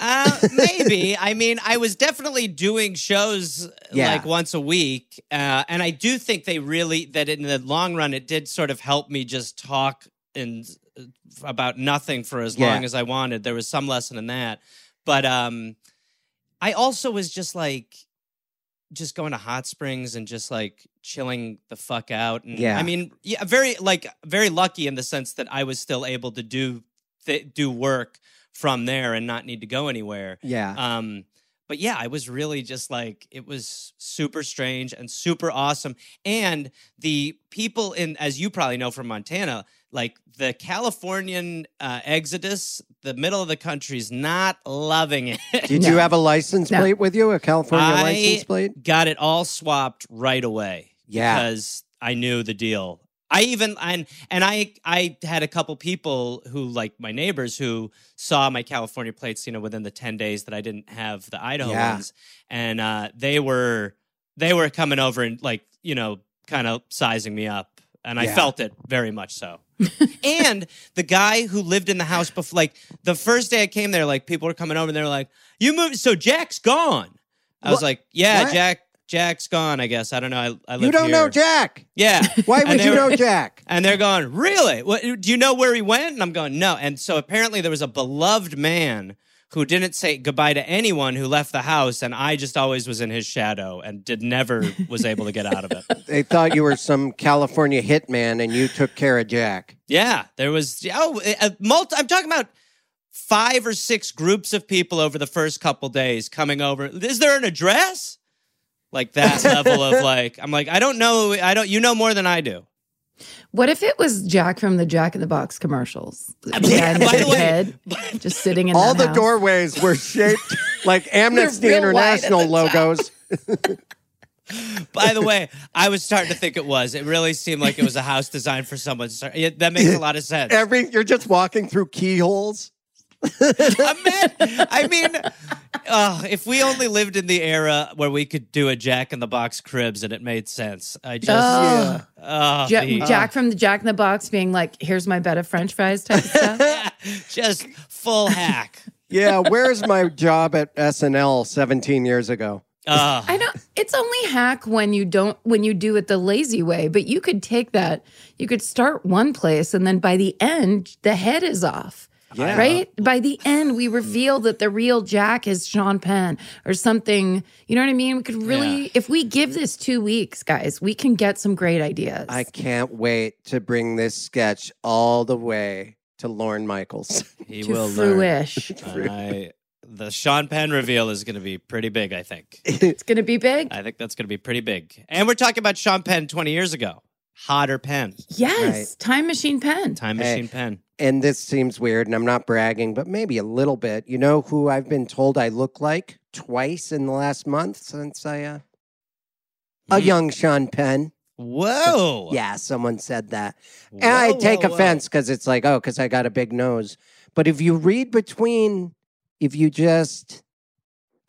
S6: Uh, maybe. I mean, I was definitely doing shows
S4: Yeah.
S6: like once a week, uh, and I do think they really that in the long run it did sort of help me just talk and uh, about nothing for as
S4: Yeah.
S6: long as I wanted. There was some lesson in that, but um, I also was just like just going to hot springs and just like chilling the fuck out. And
S4: Yeah.
S6: I mean, yeah, very like very lucky in the sense that I was still able to do th- do work from there and not need to go anywhere.
S4: Yeah.
S6: Um, but yeah, I was really just like it was super strange and super awesome. And the people in, as you probably know from Montana, like the Californian uh, exodus, the middle of the country's not loving it.
S4: Did
S5: No.
S4: you have a license
S5: No.
S4: plate with you? A California
S6: I-
S4: license plate?
S6: got it all swapped right away.
S4: Yeah.
S6: Because I knew the deal. I even and and I I had a couple people who like my neighbors who saw my California plates, you know, within the 10 days that I didn't have the Idaho
S4: Yeah.
S6: ones. And uh they were they were coming over and like, you know, kind of sizing me up. And I
S4: Yeah.
S6: felt it very much so. and the guy who lived in the house before like the first day I came there, like people were coming over and they were like, You moved so Jack's gone. I was
S4: What?
S6: like, yeah,
S4: What?
S6: Jack, Jack's gone. I guess I don't know. I, I
S4: You
S6: live
S4: don't
S6: here.
S4: know Jack.
S6: Yeah.
S4: Why
S6: And
S4: would
S6: they
S4: you
S6: were-
S4: know Jack?
S6: And they're going, really? What, do you know where he went? And I'm going, no. And so apparently there was a beloved man who didn't say goodbye to anyone who left the house, and I just always was in his shadow and did never was able to get out of it.
S4: They thought you were some California hitman and you took care of Jack.
S6: Yeah, there was oh, a multi, I'm talking about five or six groups of people over the first couple days coming over. Is there an address? Like that level of like, I'm like, I don't know, I don't, you know more than I do.
S5: What if it was Jack from the Jack in the Box commercials? The guy in
S6: By the
S5: big head,
S6: way,
S5: just sitting in
S4: All
S5: that
S4: the
S5: house.
S4: doorways were shaped like Amnesty
S5: They're real wide at
S4: International logos.
S6: by the way, I was starting to think it was. It really seemed like it was a house designed for someone. Sorry, yeah, That makes a lot of sense.
S4: Every you're just walking through keyholes.
S6: I mean, I mean uh, if we only lived in the era where we could do a Jack in the Box cribs and it made sense, I just.
S5: Oh.
S6: Oh,
S5: Ja-
S6: the-
S5: Jack from the Jack in the Box being like, here's my bed of french fries type stuff.
S6: just full hack.
S4: Yeah, where's my job at SNL 17 years ago?
S6: Uh,
S5: I don't it's only hack when you don't when you do it the lazy way, but you could take that. You could start one place and then by the end the head is off.
S4: Yeah.
S5: Right? By the end we reveal that the real Jack is Sean Penn or something. You know what I mean? We could really
S6: Yeah.
S5: if we give this 2 weeks, guys, we can get some great ideas.
S4: I can't wait to bring this sketch all the way to Lorne Michaels.
S6: he
S5: to
S6: will learn.
S5: fruish.
S6: And I, the Sean Penn reveal is going to be pretty big, I think.
S5: it's going to be big.
S6: I think that's going to be pretty big. And we're talking about Sean Penn 20 years ago. Hotter Penn,
S5: Yes, time machine pen.
S6: Time
S4: Hey.
S6: Machine Penn.
S4: and this seems weird and I'm not bragging, but maybe a little bit. You know who I've been told I look like twice in the last month since I uh a
S6: Hmm.
S4: young Sean Penn.
S6: Whoa.
S4: Yeah, someone said that.
S6: Whoa,
S4: and I take
S6: whoa, whoa.
S4: offense because it's like, oh, because I got a big nose. But if you read between, if you just,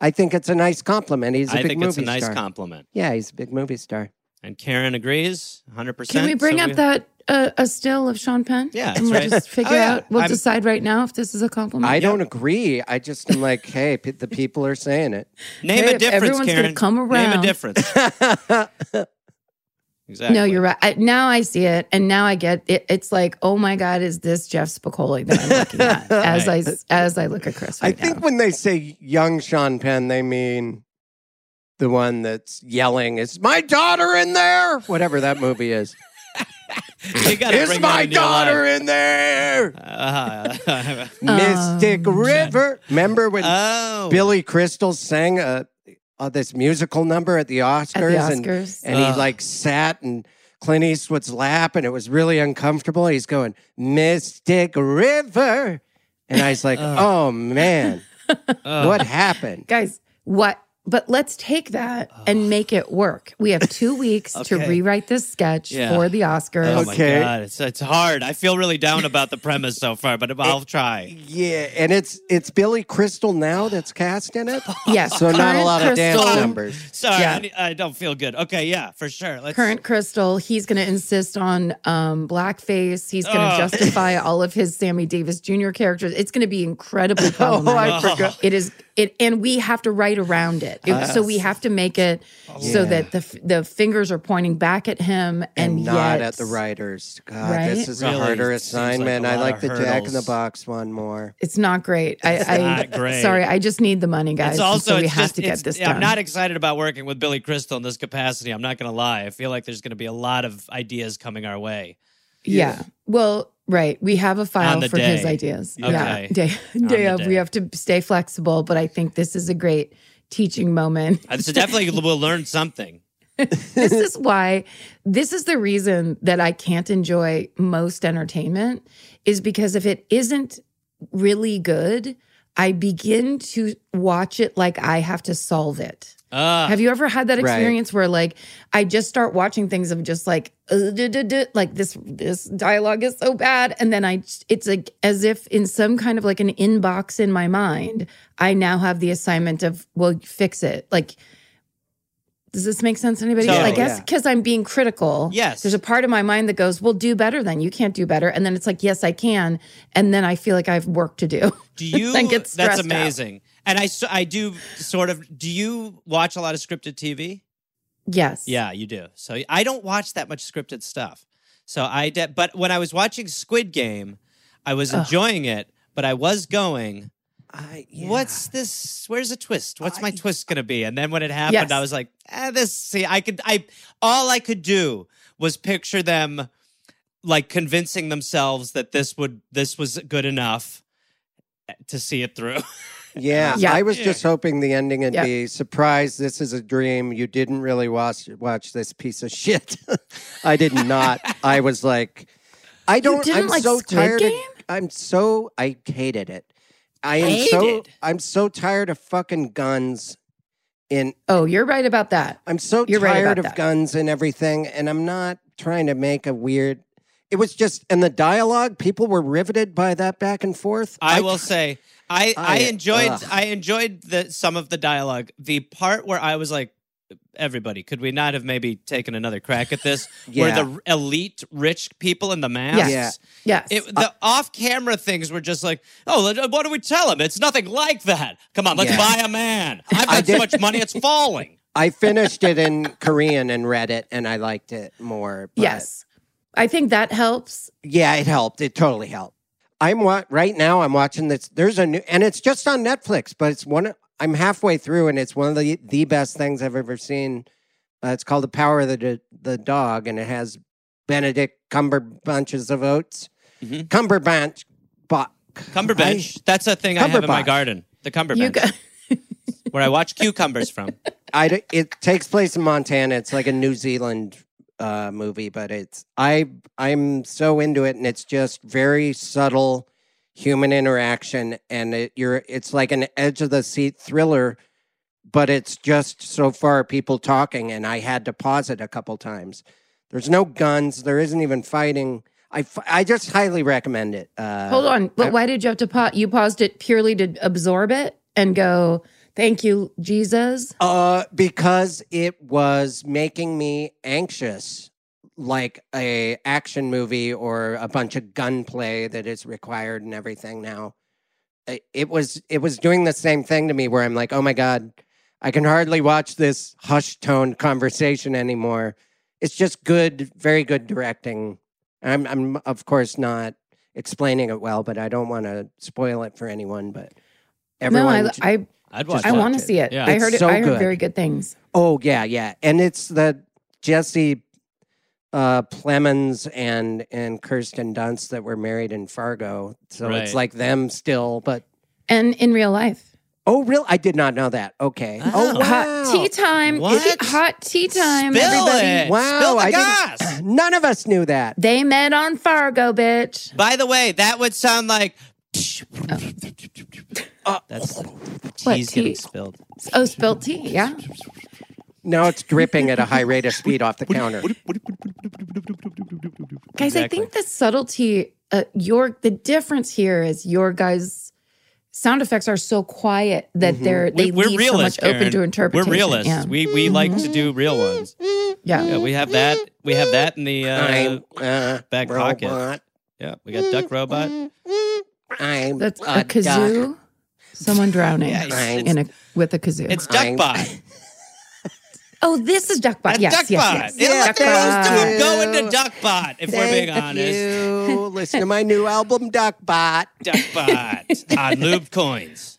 S4: I think it's a nice compliment. He's a
S6: I
S4: big
S6: think
S4: movie
S6: it's a nice
S4: star.
S6: compliment.
S4: Yeah, he's a big movie star.
S6: And Karen agrees 100%.
S5: Can we bring
S6: so
S5: up that uh, a still of Sean Penn?
S6: Yeah,
S5: and
S6: that's
S5: we'll
S6: right.
S5: just figure
S6: Oh, yeah.
S5: out. We'll
S6: I'm-
S5: decide right now if this is a
S6: Mm,
S5: compliment.
S4: I don't agree. I just am like, hey, p- the people are saying it.
S6: Name
S5: Hey,
S6: a
S5: if
S6: difference,
S5: everyone's gonna
S6: Karen.
S5: come
S6: Name a
S5: around-
S6: difference. Exactly.
S5: No, you're right. I, now I see it, and now I get it. It's like, oh my God, is this Jeff Spicoli that I'm looking at as I s- as I look at Chris?
S4: I
S5: Right
S6: "Oh."
S4: think
S5: now.
S4: when they say young Sean Penn, they mean the one that's yelling, is my daughter in there? Whatever that movie is.
S6: You gotta
S4: is
S6: bring
S4: my
S6: that into your life.
S4: daughter in there?
S6: Uh, Um,
S4: Mystic River. Remember when
S6: oh.
S4: Billy Crystal sang a uh, this musical number at the Oscars,
S5: Oscars.
S4: and, and
S6: Ugh.
S4: he like sat in Clint Eastwood's lap, and it was really uncomfortable. He's going Mystic River, and I was like, oh man, what happened?
S5: Guys, what? But let's take that and make it work. We have two weeks
S6: Okay.
S5: to rewrite this sketch
S6: Yeah.
S5: for the Oscars.
S6: Oh my
S4: Okay.
S6: god, it's it's hard. I feel really down about the premise so far, but I'll try.
S4: Yeah, and it's it's Billy Crystal now that's cast in it,
S5: Yes.
S4: so not a
S5: current
S4: lot of dance
S5: Crystal-
S4: numbers.
S6: Sorry,
S5: Yeah.
S6: I ne- I, don't feel good. Okay, yeah, for sure. Let's
S5: Current Crystal, he's going to insist on um, blackface. He's going to
S6: Oh.
S5: justify all of his Sammy Davis Jr. characters. It's going to be incredibly
S4: Oh,
S5: problematic.
S4: I forgot.
S5: It is it, and we have to write around it. It- So we have to make it so
S4: Yeah.
S5: that the f- the fingers are pointing back at him and,
S4: and, not
S5: yet-
S4: at the writers. God,
S5: Um, Right?
S4: this is
S6: Really
S4: a harder
S6: seems like a
S4: assignment. I
S6: lot
S4: like
S6: of
S4: the Jack in the
S6: hurdles.
S4: Box one more.
S5: It's not great. I, I
S6: not great.
S5: sorry. I just need the money, guys.
S6: It's
S5: and
S6: also
S5: so we
S6: it's
S5: have
S6: just
S5: to
S6: it's-
S5: get this
S6: I'm
S5: done.
S6: not excited about working with Billy Crystal in this capacity. I'm not going to lie. I feel like there's going to be a lot of ideas coming our way.
S5: yeah. Well, right. We have a
S6: On
S5: file
S6: the
S5: for his
S6: day.
S5: ideas.
S6: Okay.
S5: Yeah. Day day
S6: the
S5: of.
S6: day.
S5: We have to stay flexible, but I think this is a great teaching moment.
S6: Uh, So definitely we'll learn something.
S5: this is why this is the reason that I can't enjoy most entertainment is because if it isn't really good, I begin to watch it like I have to solve it.
S6: Uh,
S5: Have you ever had that
S4: Right.
S5: experience where like I just start watching things of just like uh, duh, duh, duh, like this this dialogue is so bad and then I just- it's like as if in some kind of like an inbox in my mind I now have the assignment of well fix it like does this make sense to anybody? I
S6: Totally.
S5: guess
S4: Yeah.
S5: because I'm being critical.
S6: Yes.
S5: There's a part of my mind that goes, well, do better then. You can't do better. And then it's like, yes, I can. And then I feel like I have work to do.
S6: do you?
S5: then get
S6: that's
S5: stressed out.
S6: amazing. And I s- I do sort of. Do you watch a lot of scripted TV?
S5: yes.
S6: Yeah, you do. So I don't watch that much scripted stuff. So I de- but when I was watching Squid Game, I was enjoying it, but I was going,
S4: I,
S6: what's this? Where's the twist? What's my twist going to be? And then when it happened,
S5: Yes.
S6: I was like, eh, this see, I could I all I could do was picture them like convincing themselves that this would this was good enough eh, to see it through.
S4: yeah,
S5: Yeah.
S4: I was just hoping the ending would
S5: Yeah.
S4: be surprise. This is a dream. You didn't really watch watch this piece of shit. I did not. I was like, I don't.
S5: didn't
S4: I'm
S5: like
S4: so
S5: Squid
S4: tired.
S5: Game?
S4: Of, I'm so. I hated it. I am so.
S6: Hated?
S4: I'm so tired of fucking guns. In
S5: Oh, you're right about that.
S4: I'm so
S5: You're right
S4: tired
S5: about
S4: of
S5: that.
S4: guns and everything, and I'm not trying to make a weird. It was just, and the dialogue, people were riveted by that back and forth.
S6: I, will say, I I,
S4: I-
S6: enjoyed
S4: ugh.
S6: I enjoyed the some of the dialogue. The part where I was like, everybody, could we not have maybe taken another crack at this? Where
S4: Yeah.
S6: the elite rich people in the masks.
S5: Yes. Yes.
S6: It, the off-camera things were just like, oh, let- what do we tell him? It's nothing like that. Come on, let's
S4: Yeah.
S6: buy a man. I've
S4: I
S6: got so
S4: did-
S6: much money, it's falling.
S4: I finished it in Korean and read it, and I liked it more. but-
S5: yes. I think that helps.
S4: yeah, it helped. It totally helped. I'm wa- right now. I'm watching this. There's a new, and it's just on Netflix, but it's one. I'm halfway through, and it's one of the the best things I've ever seen. Uh, it's called The Power of the D- the Dog, and it has Benedict Cumberbunches of Oats.
S6: Mhm.
S4: Cumberbatch, but
S6: Cumberbench. that's a thing I have in my
S4: Cumberbatch.
S6: garden. The
S5: You
S6: Cumberbench,
S5: got,
S6: where I watch cucumbers from.
S4: I, d- it takes place in Montana. It's like a New Zealand uh, movie, but it's I I'm so into it, and it's just very subtle human interaction, and it you're it's like an edge of the seat thriller, but it's just so far people talking, and I had to pause it a couple times. There's no guns. There isn't even fighting. I, f- I just highly recommend it. Uh,
S5: hold on. But
S4: I-
S5: why did you have to pause? You paused it purely to absorb it and go, thank you, Jesus.
S4: Uh, because it was making me anxious, like a action movie or a bunch of gunplay that is required and everything. Now, I- it was it was doing the same thing to me, where I'm like, oh my god, I can hardly watch this hushed toned conversation anymore. It's just good, very good directing. I'm I'm of course not explaining it well, but I don't want to spoil it for anyone. But everyone,
S5: no, I, I,
S6: I'd watch
S4: Just
S5: I
S6: that.
S5: want to
S4: it.
S5: see it.
S6: Yeah.
S5: I
S4: It's
S5: heard it.
S4: so
S5: I heard
S4: good.
S5: very good things.
S4: Oh yeah, yeah, and it's the Jesse uh, Plemons and and Kirsten Dunst that were married in Fargo, so
S6: Right.
S4: it's like them still, but
S5: And in real life.
S4: Oh, real? I did not know that. Okay. Oh, wow.
S5: Hot tea time.
S6: What?
S5: It- Hot tea time,
S6: Spill
S5: everybody.
S6: it.
S4: Wow.
S6: Spill the
S4: I didn't-
S6: gas.
S4: None of us knew that.
S5: They met on Fargo, bitch.
S6: By the way, that would sound like. That's
S5: Oh. What,
S6: tea's
S5: tea?
S6: getting spilled.
S5: Oh, spilled tea. Yeah.
S4: Now it's dripping at a high rate of speed off the counter.
S5: Guys, I think the subtlety, uh, your the difference here is your guys' sound effects are so quiet that they're they
S6: Mm-hmm. We, we're
S5: leave
S6: realists.
S5: so much open
S6: Karen.
S5: to interpretation.
S6: We're realists.
S5: Yeah.
S6: We we like to do real ones.
S5: yeah.
S6: Yeah, we have that. We have that in the uh,
S4: I'm uh,
S6: back
S4: robot.
S6: pocket. Yeah, we got duck robot.
S4: I'm
S6: Oh
S5: That's
S4: a,
S5: a kazoo.
S4: duck.
S5: Someone drowning
S6: Yeah, it's-
S5: in a with a kazoo.
S6: It's
S4: I'm-
S6: duckbot.
S5: oh, this is Duckbot.
S6: That's
S5: Yes,
S6: duckbot.
S5: yes, yes.
S6: It look
S4: Yeah,
S6: close to
S4: thank
S6: going
S4: you.
S6: to duckbot. If we're being
S4: Thank
S6: honest,
S4: you. Listen to my new album, Duckbot.
S6: duckbot on lube coins.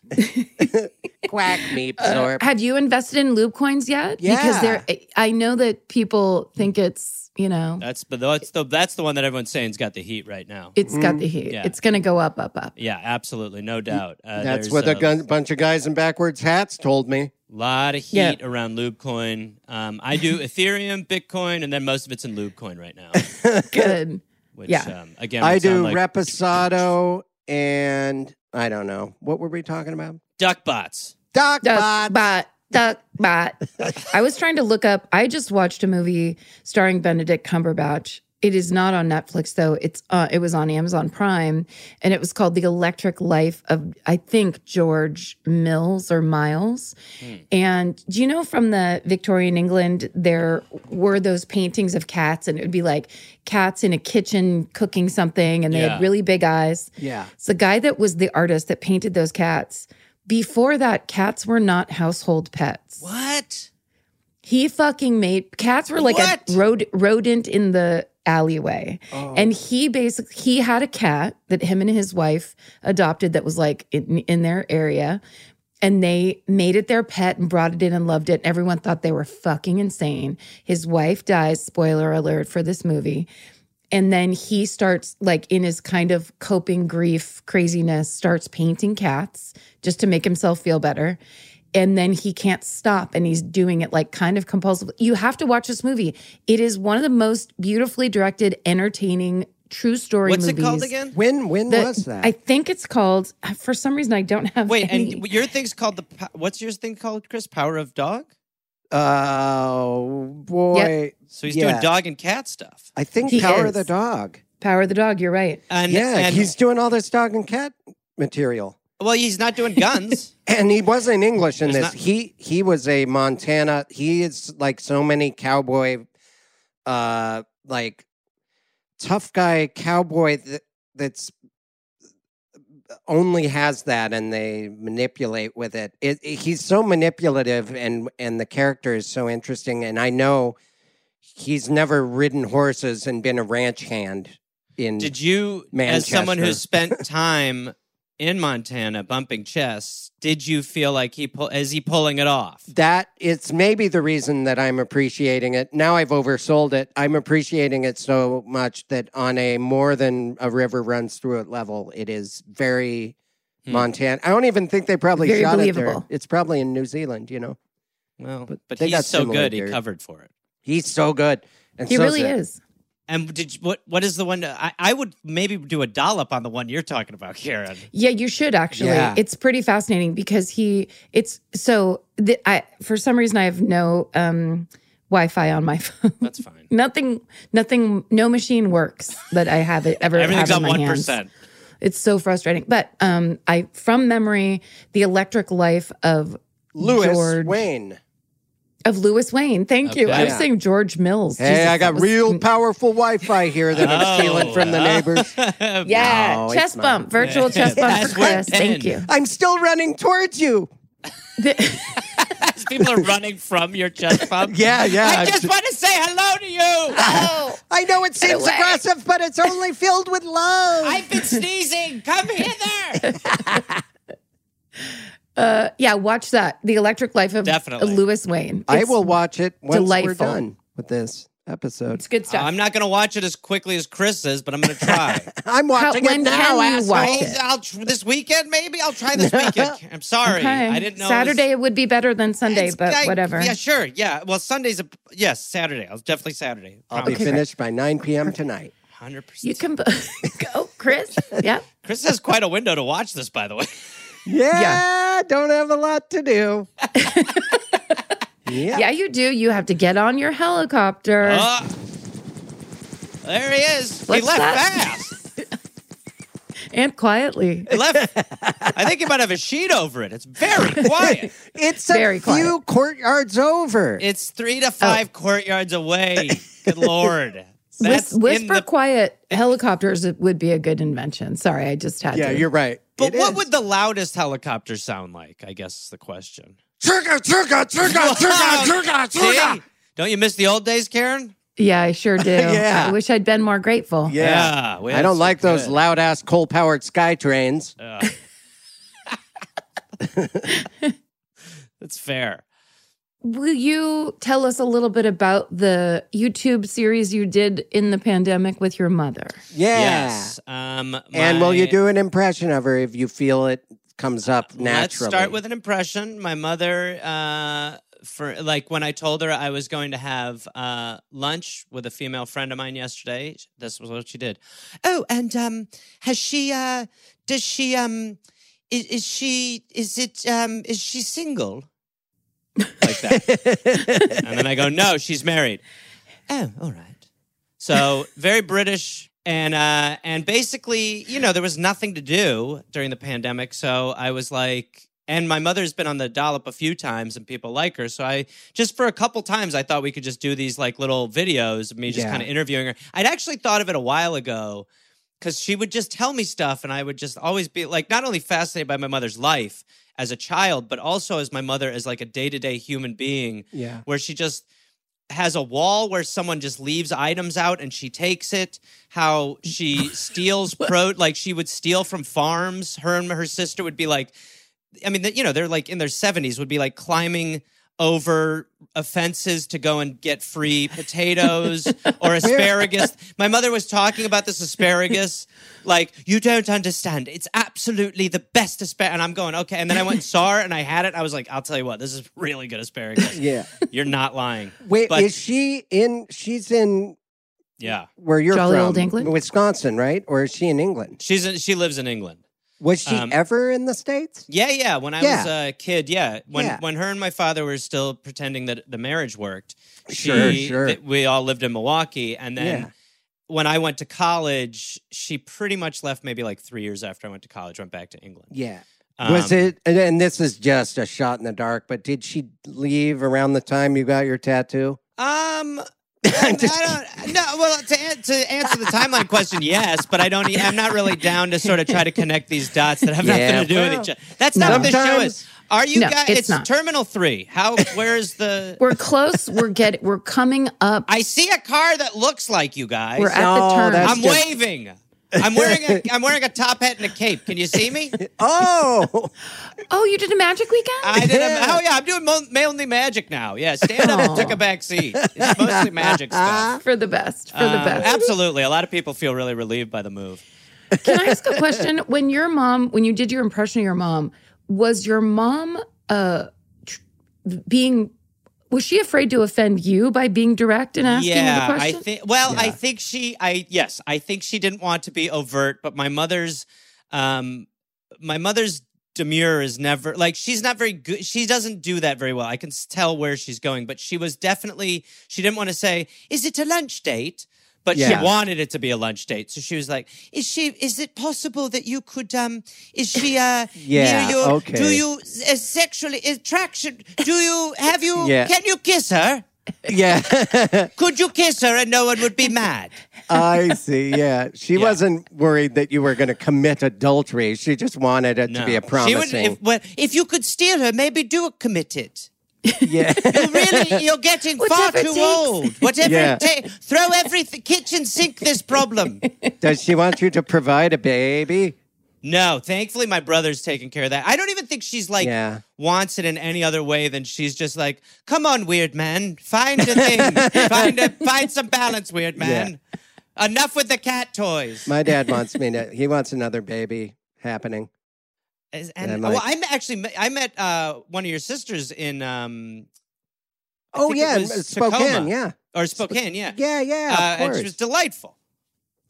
S4: Quack me, absorb.
S5: Have you invested in lube coins yet? Because
S4: Yeah.
S5: they're I know that people think it's, you know,
S6: That's but that's the that's the one that everyone's saying's got the heat right now.
S5: it's got the heat.
S6: Mm-hmm. Yeah.
S5: It's gonna go up, up, up.
S6: Yeah, absolutely, no doubt.
S4: That's
S6: Uh, there's
S4: what
S6: a
S4: a gun, bunch of guys in backwards hats told me.
S6: lot of heat
S5: Yeah.
S6: around LubeCoin. Um, I do Ethereum, Bitcoin, and then most of it's in LubeCoin right now.
S5: Good.
S6: Which,
S5: Yeah.
S6: um, again,
S4: I
S6: would
S4: do
S6: sound like
S4: Reposado and I don't know. What were we talking about?
S6: duck bots.
S4: Duckbot.
S5: Duck bot. Duck bot. I was trying to look up. I just watched a movie starring Benedict Cumberbatch. It is not on Netflix though. It's uh, it was on Amazon Prime, and it was called The Electric Life of I think George Mills or Miles. And do you know from the Victorian England there were those paintings of cats, and it would be like cats in a kitchen cooking something, and they
S6: Yeah.
S5: had really big eyes.
S4: Yeah.
S5: It's the guy that was the artist that painted those cats. Before that, cats were not household pets.
S6: What?
S5: He fucking made cats were like
S6: What?
S5: a rod, rodent in the alleyway. And he basically he had a cat that him and his wife adopted that was like in, in their area. And they made it their pet and brought it in and loved it. Everyone thought they were fucking insane. His wife dies, spoiler alert for this movie. And then he starts, like, in his kind of coping grief craziness, starts painting cats just to make himself feel better. And then he can't stop and he's doing it like kind of compulsively. You have to watch this movie. It is one of the most beautifully directed, entertaining, true story
S6: What's
S5: movies.
S6: it called again?
S4: When when
S5: The-
S4: was that?
S5: I think it's called, for some reason, I don't have
S6: Wait,
S5: any.
S6: and your thing's called the po- what's your thing called, Chris? Power of Dog.
S4: oh boy.
S6: So he's
S4: Yeah.
S6: doing dog and cat stuff.
S4: I think
S5: He
S4: Power
S5: is.
S4: of the Dog.
S5: Power of the Dog, you're right.
S6: And
S4: yeah,
S6: and-
S4: he's doing all this dog and cat material.
S6: well, he's not doing guns.
S4: And he wasn't English in
S6: There's
S4: this.
S6: not-
S4: He he was a Montana. He is like so many cowboy, uh, like tough guy cowboy that, that's only has that, and they manipulate with it. It, it- He's so manipulative, and and the character is so interesting. And I know he's never ridden horses and been a ranch hand. In
S6: Did you, as someone
S4: Manchester.
S6: who's spent time in Montana bumping chests, did you feel like he pull? Is he pulling it off?
S4: that it's maybe the reason that I'm appreciating it. Now I've oversold it. I'm appreciating it so much that on a more than a river runs through it level, it is very
S6: Hmm.
S4: Montana. I don't even think they probably
S5: Very
S4: shot it there.
S5: believable.
S4: It's probably in New Zealand, you know.
S6: Well, but,
S4: But
S6: but
S4: they
S6: he's
S4: got
S6: so
S4: similar
S6: good, he
S4: dirt.
S6: covered for it.
S4: He's so good. And
S5: He
S4: so
S5: really
S4: it.
S5: is.
S6: And did you, what? What is the one? I, I would maybe do a dollop on the one you're talking about, Karen.
S5: Yeah, you should actually.
S4: Yeah.
S5: It's pretty fascinating because he it's so the, I for some reason I have no um Wi-Fi on my phone.
S6: That's fine.
S5: nothing nothing no machine works that I have it ever
S6: Everything's
S5: have in
S6: on
S5: my
S6: one
S5: hands.
S6: percent.
S5: It's so frustrating. But um I from memory the electric life of
S4: Lewis
S5: George,
S4: Wayne.
S5: of Lewis Wayne. Thank you. I was
S4: Okay.
S5: saying George Mills.
S4: Hey,
S5: Jesus,
S4: I
S5: that
S4: got
S5: was-
S4: real powerful Wi-Fi here that I'm stealing from the neighbors.
S5: Yeah,
S6: Oh,
S4: No, it's
S5: chest
S4: not.
S5: bump, virtual chest bump
S6: That's
S5: for
S6: what
S5: Chris. Thank
S6: pen.
S5: you.
S4: I'm still running towards you.
S6: These people are running from your chest bump.
S4: Yeah, yeah.
S6: I just want to say hello to you.
S5: Oh,
S4: I know it seems
S5: away.
S4: aggressive, but it's only filled with love.
S6: I've been sneezing. Come hither.
S5: uh, yeah, watch that. The Electric Life of
S6: Definitely.
S5: Lewis Wayne.
S4: I
S5: It's
S4: will watch it once
S5: delightful.
S4: we're done with this. episode.
S5: It's good stuff.
S6: I'm not going to watch it as quickly as Chris is, but I'm going to try.
S4: I'm watching
S5: when
S4: it now.
S5: can you
S4: asshole.
S5: watch
S6: I'll,
S5: it?
S6: I'll tr- this weekend, maybe I'll try this weekend. I'm sorry,
S5: Okay.
S6: I didn't know it was-
S5: Saturday it would be better than Sunday,
S6: It's-
S5: but
S6: I-
S5: whatever.
S6: Yeah, sure. Yeah. Well, Sunday's a yes. Saturday. I'll definitely Saturday.
S4: I'll be finished by 9 p.m. tonight.
S6: Hundred percent.
S5: You can go, Chris. Yeah.
S6: Chris has quite a window to watch this, by the way.
S4: Yeah, don't have a lot to do. yeah.
S5: Yeah, you do. You have to get on your helicopter.
S6: Oh. there he is.
S5: What's
S6: he left
S5: that?
S6: fast. Oh.
S5: and quietly.
S6: He left. I think he might have a sheet over it. It's very quiet.
S4: It's
S5: Very
S4: a
S5: quiet.
S4: few courtyards over.
S6: It's three to five
S5: Oh.
S6: courtyards away. Good lord. That's
S5: Whis- whisper
S6: in the.
S5: quiet helicopters would be a good invention. Sorry, I just had
S4: yeah,
S5: to.
S4: you're right.
S6: But
S4: It
S6: what
S4: is.
S6: would the loudest helicopter sound like? I guess is the question.
S4: Chugga, chugga, chugga, chugga, chugga, chugga.
S6: See? Don't you miss the old days, Karen?
S5: yeah, I sure do.
S4: Yeah.
S5: I wish I'd been more grateful.
S6: Yeah. well,
S4: I
S6: it's
S4: don't like those
S6: good.
S4: loud ass coal powered sky trains.
S6: Ugh. That's fair.
S5: Will you tell us a little bit about the YouTube series you did in the pandemic with your mother?
S4: Yeah.
S6: Yes. Um,
S4: And will you
S6: my-
S4: do an impression of her if you feel it comes up naturally?
S6: Let's start with an impression. My mother, uh, for like when I told her I was going to have uh, lunch with a female friend of mine yesterday, this was what she did. Oh, and um, has she? Uh, does she? Um, is, is she? Is it? Um, is she single? Like that. and then I go, no, she's married. Oh, all right. So very British. And uh, and basically, you know, there was nothing to do during the pandemic, so I was like, and my mother's been on the dollop a few times, and people like her, so I just for a couple times I thought we could just do these like little videos of me just
S4: Yeah.
S6: kind of interviewing her. I'd actually thought of it a while ago because she would just tell me stuff, and I would just always be like, not only fascinated by my mother's life as a child, but also as my mother as like a day to day human being
S4: Yeah.
S6: where she just has a wall where someone just leaves items out and she takes it. How she steals pro like she would steal from farms. Her and her sister would be like, I mean, you know, they're like in their seventies would be like climbing over offenses to go and get free potatoes or asparagus. My mother was talking about this asparagus, like, you don't understand. It's absolutely the best asparagus. And I'm going, okay. And then I went and saw her and I had it. I was like, I'll tell you what, this is really good asparagus.
S4: Yeah.
S6: You're not lying.
S4: Wait,
S6: But-
S4: is she in? She's in
S6: Yeah.
S4: where you're
S5: Jolly
S4: from,
S5: old England?
S4: Wisconsin, right? Or is she in England?
S6: She's in, she lives in England.
S4: Was she
S6: Um,
S4: ever in the states?
S6: Yeah, yeah. When I was
S4: Yeah.
S6: a kid, yeah. When
S4: Yeah.
S6: when her and my father were still pretending that the marriage worked,
S4: Sure, sure.
S6: th- we all lived in Milwaukee, and then
S4: Yeah.
S6: when I went to college, she pretty much left. Maybe like three years after I went to college, went back to England.
S4: Yeah.
S6: Um,
S4: was it? And, and this is just a shot in the dark. But did she leave around the time you got your tattoo?
S6: Um.
S4: I'm just
S6: I don't, no, well, to, an- to answer the timeline question, yes, but I don't. e- I'm not really down to sort of try to connect these dots that have
S4: Yeah,
S6: nothing to do with
S4: well,
S6: each other. That's not what this show
S4: sometimes-
S6: is. Are you
S5: No,
S6: guys?
S5: it's
S6: It's,
S5: not.
S6: Terminal Three. How? Where is the?
S5: We're close. we're get. We're coming up.
S6: I see a car that looks like you guys.
S5: we're at
S4: No,
S5: the turn.
S4: that's-
S6: I'm
S4: just-
S6: waving. I'm wearing a I'm wearing a top hat and a cape. Can you see me?
S4: Oh,
S5: oh, you did a magic weekend?
S6: I did a,
S4: Yeah.
S6: oh yeah, I'm doing mo- mainly magic now. Yeah, stand up
S5: Aw.
S6: took a back seat. It's mostly magic stuff.
S5: for the best. For the
S6: Uh,
S5: best.
S6: absolutely, a lot of people feel really relieved by the move.
S5: Can I ask a question? When your mom, when you did your impression of your mom, was your mom uh tr- being was she afraid to offend you by being direct and asking
S6: yeah,
S5: the
S6: I
S5: question?
S6: think. Well, I think she. I yes, I think she didn't want to be overt, but my mother's, um, my mother's demure is never like she's not very good. She doesn't do that very well. I can s- tell where she's going, but she was definitely. She didn't want to say, "Is it a lunch date?" But
S4: Yeah.
S6: she wanted it to be a lunch date, so she was like, "Is she? Is it possible that you could? Um, is she? Uh,
S4: Yeah,
S6: you, you-
S4: okay.
S6: Do you uh, sexually attraction? Do you have you?
S4: Yeah.
S6: Can you kiss her?"
S4: yeah.
S6: Could you kiss her and no one would be mad?
S4: I see. Yeah, she wasn't worried that you were going to commit adultery. She just wanted it to be a
S6: She would-
S4: promising.
S6: if, well, if you could steal her, maybe do commit it.
S4: yeah.
S6: You really, you're getting far
S5: Whatever it
S6: too
S5: takes.
S6: old. Whatever
S4: Yeah.
S6: it takes, throw every th- kitchen sink this problem.
S4: Does she want you to provide a baby?
S6: No, thankfully my brother's taking care of that. I don't even think she's like
S4: yeah.
S6: wants it in any other way than she's just like, "Come on, weird man, find a thing, find a, find some balance, weird man. Enough with the cat toys."
S4: My dad wants me to, he wants another baby happening.
S6: Is- and
S4: I'm
S6: well,
S4: like-
S6: I met- actually met- I met uh, one of your sisters in um I
S4: oh,
S6: think it
S4: yeah.
S6: was
S4: in Spokane.
S6: Tacoma.
S4: Yeah.
S6: or Spokane, yeah,
S4: Yeah. Yeah.
S6: uh,
S4: of
S6: and
S4: course.
S6: she was delightful.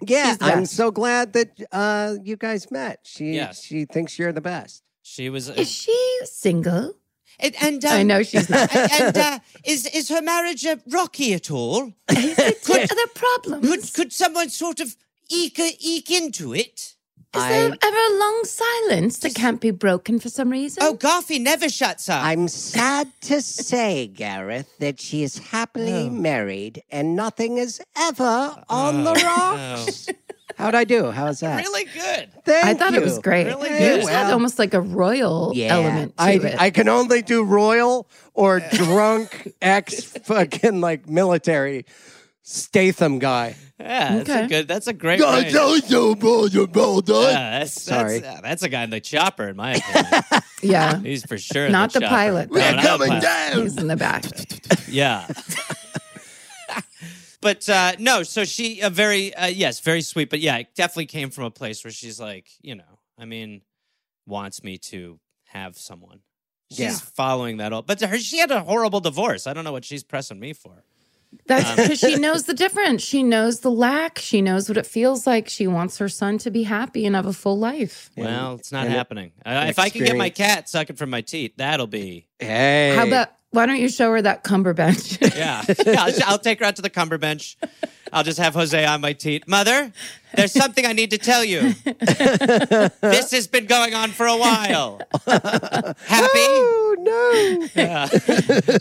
S4: yeah.
S5: She's the
S4: I'm
S5: best.
S4: so glad that uh, you guys met. She,
S6: Yes.
S4: she thinks you're the best.
S6: She was, uh,
S5: Is she single?
S6: and, and um,
S5: I know she's not.
S6: and, and, uh, is is her marriage uh, rocky at all?
S5: What are the problems?
S6: Could could someone sort of eke eke into it?
S5: Is there ever a long silence that can't be broken for some reason?
S6: Oh, Garfi never shuts up.
S4: I'm sad to say, Gareth, that she is
S6: Oh.
S4: happily married and nothing is
S6: Uh.
S4: ever on the rocks. How'd I do? How's that?
S6: Oh, really good.
S4: Thank
S5: I thought it was
S4: you.
S5: great.
S6: Really
S5: it
S6: good.
S5: had almost like a royal element to
S4: I,
S5: it.
S4: I can only do royal or drunk ex fucking like military Statham guy.
S6: Yeah, that's a
S5: Okay.
S6: good. That's a great.
S4: Yeah,
S6: range.
S4: so, so, so, so, so,
S6: Yeah,
S4: so.
S6: that's,
S4: Sorry.
S6: That's, uh, that's a guy in the chopper, in my opinion.
S5: yeah.
S6: He's for sure. in
S5: Not the
S6: chopper.
S5: pilot,
S6: No,
S5: though.
S6: not the pilot.
S5: He's in the back.
S6: Yeah. but uh, no, so she uh, very uh, yes, very sweet. But yeah, it definitely came from a place where she's like, you know, I mean, wants me to have someone. She's
S4: Yeah.
S6: following that all. But to her, she had a horrible divorce. I don't know what she's pressing me for.
S5: That's
S6: Um,
S5: because she knows the difference. She knows the lack. She knows what it feels like. She wants her son to be happy and have a full life.
S6: well, it's not
S4: and it-
S6: happening. Uh, if I can get my cat sucking from my teeth, that'll be
S4: Hey.
S5: How about why don't you show her that Cumberbatch?
S6: yeah. yeah I'll, I'll take her out to the Cumberbench. I'll just have Jose on my teeth. Mother, there's something I need to tell you. this has been going on for a while. Happy?
S4: Oh, no.
S6: Yeah.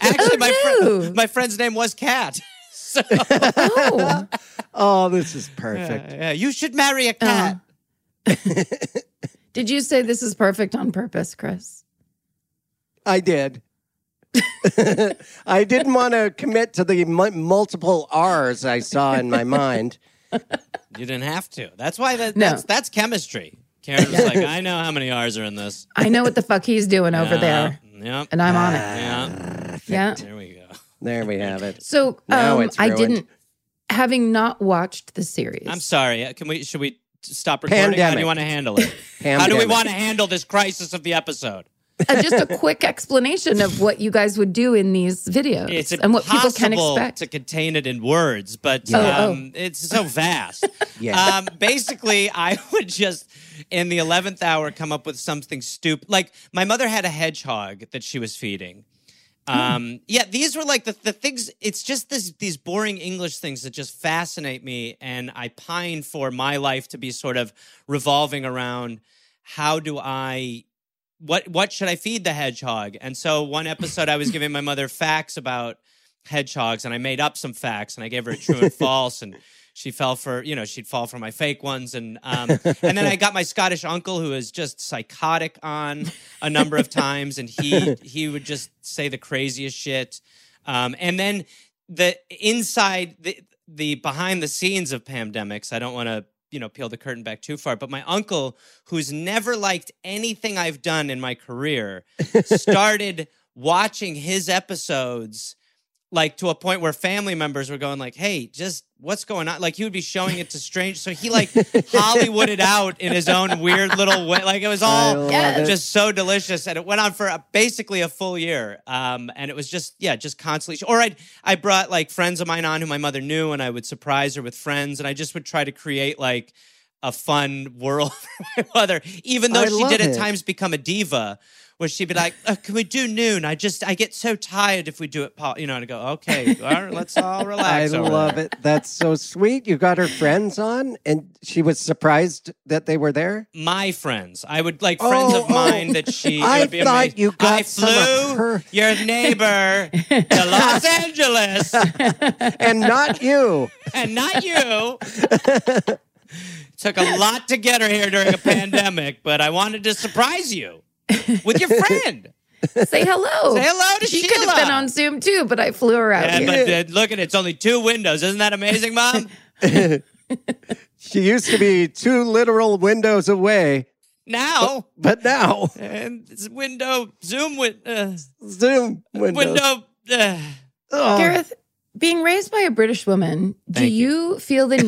S6: Actually, my fri-
S5: no.
S6: my friend's name was Cat. So,
S5: oh,
S4: Oh, this is perfect.
S6: yeah, you should marry a cat.
S5: did you say this is perfect on purpose, Chris?
S4: I did. I didn't want to commit to the mu- multiple R's I saw in my mind.
S6: You didn't have to. That's why that,
S5: No.
S6: that's that's chemistry. Karen was like, I know how many R's are in this.
S5: I know what the fuck he's doing over there,
S6: Yep.
S5: and I'm on it.
S6: yeah.
S5: Yeah.
S6: There we go.
S4: There we have it.
S5: So
S4: Now
S5: um,
S4: it's
S5: I
S4: ruined.
S5: didn't, having not watched the series.
S6: I'm sorry. Uh, Can we? Should we stop recording? How do
S4: Pandemic.
S6: you want to handle it? How do we
S4: Pandemic.
S6: want to handle this crisis of the episode?
S5: uh, just a quick explanation of what you guys would do in these videos
S6: It's
S5: and what people can
S6: impossible
S5: expect.
S6: to contain it in words, but
S5: Oh,
S6: um, it's so vast.
S4: Yeah.
S6: um, basically, I would just in the eleventh hour come up with something stupid. Like my mother had a hedgehog that she was feeding.
S5: Hmm.
S6: Um, yeah, these were like the, the things. It's just this, these boring English things that just fascinate me, and I pine for my life to be sort of revolving around how do I what what should I feed the hedgehog? And so one episode I was giving my mother facts about hedgehogs and I made up some facts and I gave her a true and false and she fell for you know she'd fall for my fake ones and um, and then I got my Scottish uncle who is just psychotic on a number of times and he he would just say the craziest shit um, and then the inside the the behind the scenes of pandemics I don't want to you know peel the curtain back too far but my uncle who's never liked anything I've done in my career started watching his episodes like to a point where family members were going like hey just what's going on like he would be showing it to strangers so he like hollywooded out in his own weird little way like it was
S4: I
S6: all
S4: love
S5: Yes.
S4: it.
S6: just so delicious and it went on for a, basically a full year um, and it was just yeah just constantly or I'd, i brought like friends of mine on who my mother knew and i would surprise her with friends and i just would try to create like a fun world for my mother even though
S4: I
S6: she
S4: love
S6: did at
S4: it.
S6: times become a diva where she'd be like oh, can we do noon i just i get so tired if we do it po-, you know and i go okay all right, let's all
S4: I
S6: relax over
S4: love
S6: there."
S4: it. That's so sweet. You got her friends on, and she was surprised that they were there.
S6: my friends. I would like friends
S4: Oh,
S6: of mine
S4: oh.
S6: that she.
S4: I
S6: it would be
S4: thought
S6: amazing.
S4: you got
S6: I
S4: some of
S6: flew
S4: her-
S6: your neighbor to Los Angeles,
S4: and not you.
S6: and not you. Took a lot to get her here during a pandemic, but I wanted to surprise you with your friend.
S5: Say hello.
S6: Say hello to
S5: she
S6: Sheila.
S5: could have been on Zoom too, but I flew her out
S6: And,
S5: here.
S6: but uh, look at it, it's only two windows. Isn't that amazing, Mom?
S4: She used to be two literal windows away.
S6: now.
S4: But now,
S6: And this window, Zoom, win, uh,
S4: Zoom windows.
S6: window. Uh,
S4: Oh,
S5: Gareth, being raised by a British woman, do
S6: Thank
S5: you. feel the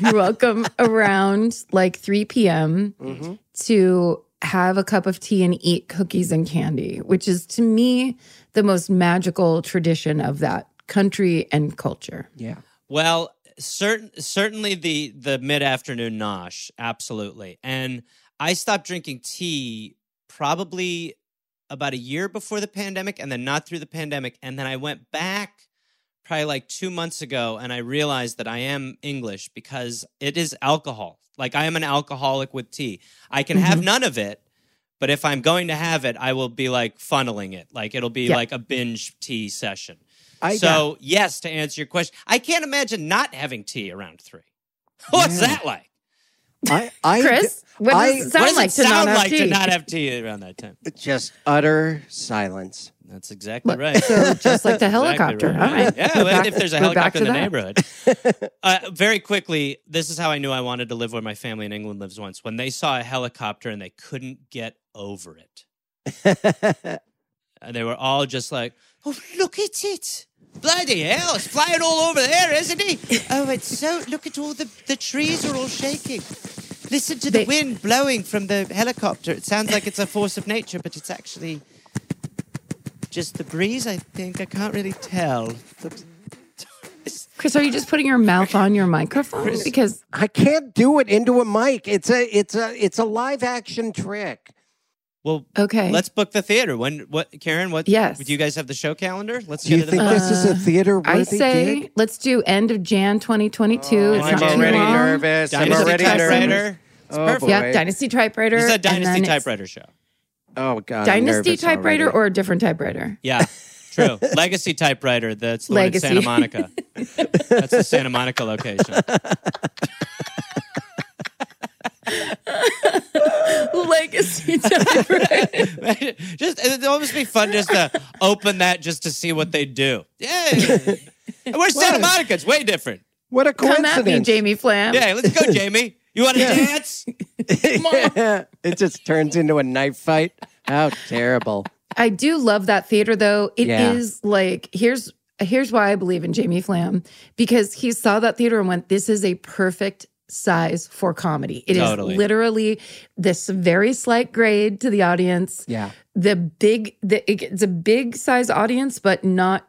S5: need, you're welcome, around like 3 p.m.
S6: Mm-hmm.
S4: mhm.
S5: to have a cup of tea and eat cookies and candy, which is to me the most magical tradition of that country and culture?
S4: Yeah.
S6: well, certain certainly the the mid afternoon nosh, absolutely. And I stopped drinking tea probably about a year before the pandemic, and then not through the pandemic, and then I went back probably like two months ago, and I realized that I am English because it is alcohol. Like I am an alcoholic with tea. I can
S4: Mm-hmm.
S6: have none of it, but if I'm going to have it, I will be like funneling it. Like it'll be
S5: Yeah.
S6: like a binge tea session.
S4: I got-
S6: so yes, to answer your question, I can't imagine not having tea around three. What's
S4: Yeah.
S6: that like?
S4: I, I
S5: Chris, what
S4: I-
S5: does it sound
S6: what does
S5: like
S6: it
S5: to
S6: sound
S5: not have
S6: like to
S5: tea?
S6: not have tea around that time?
S4: just utter silence.
S6: That's exactly
S5: Look,
S6: right.
S5: So just like the helicopter.
S6: Exactly right.
S5: All right.
S6: Yeah,
S5: We're
S6: well,
S5: back-
S6: if there's a
S5: we're back
S6: helicopter in
S5: to
S6: the
S5: that.
S6: neighborhood. uh, very quickly, this is how I knew I wanted to live where my family in England lives once. When they saw a helicopter and they couldn't get over it. And they were all just like, oh, look at it. Bloody hell, it's flying all over there, isn't it? Oh, it's so. Look at all the, the trees are all shaking. Listen to
S5: They-
S6: the wind blowing from the helicopter. It sounds like it's a force of nature, but it's actually just the breeze, I think. I can't really tell.
S5: Chris, are you just putting your mouth on your microphone? Because
S4: I can't do it into a mic. It's a it's a it's a live action trick.
S6: Well,
S5: okay.
S6: let's book the theater. When, what, Karen, what?
S5: Yes. Uh,
S6: Do you guys have the show calendar? Let's
S4: Do
S6: get
S4: you
S6: it
S4: think
S6: in the
S4: this is a theater worthy
S5: I say
S4: gig?
S5: let's do end of Jan 2022. it's
S6: Oh,
S5: not
S6: I'm
S5: too
S6: already
S5: long.
S4: nervous. I'm
S6: Dynasty
S4: already nervous.
S6: typewriter.
S4: Oh,
S6: It's perfect.
S4: boy.
S5: Yeah, Dynasty typewriter.
S6: This is a
S5: and then
S6: Dynasty
S5: it's
S6: typewriter show.
S4: Oh god. I'm
S5: Dynasty
S4: nervous
S5: typewriter
S4: already.
S5: or a different typewriter?
S6: Yeah, true. Legacy typewriter. That's the one in
S5: Legacy.
S6: Santa Monica. that's the Santa Monica location.
S5: Legacy typewriter.
S6: just it'd almost be fun just to open that just to see what they do. Yeah. We're Santa Monica. It's way different.
S4: what a
S5: Come
S4: coincidence.
S5: at me, Jamie Flam.
S6: Yeah, let's go, Jamie. You want to dance?
S4: it just turns into a knife fight. How terrible.
S5: I do love that theater though. It is
S4: Yeah.
S5: like here's here's why I believe in Jamie Flam because he saw that theater and went, "This is a perfect size for comedy. It is
S6: Totally.
S5: literally this very slight grade to the audience.
S4: Yeah.
S5: The big, the, it's a big size audience, but not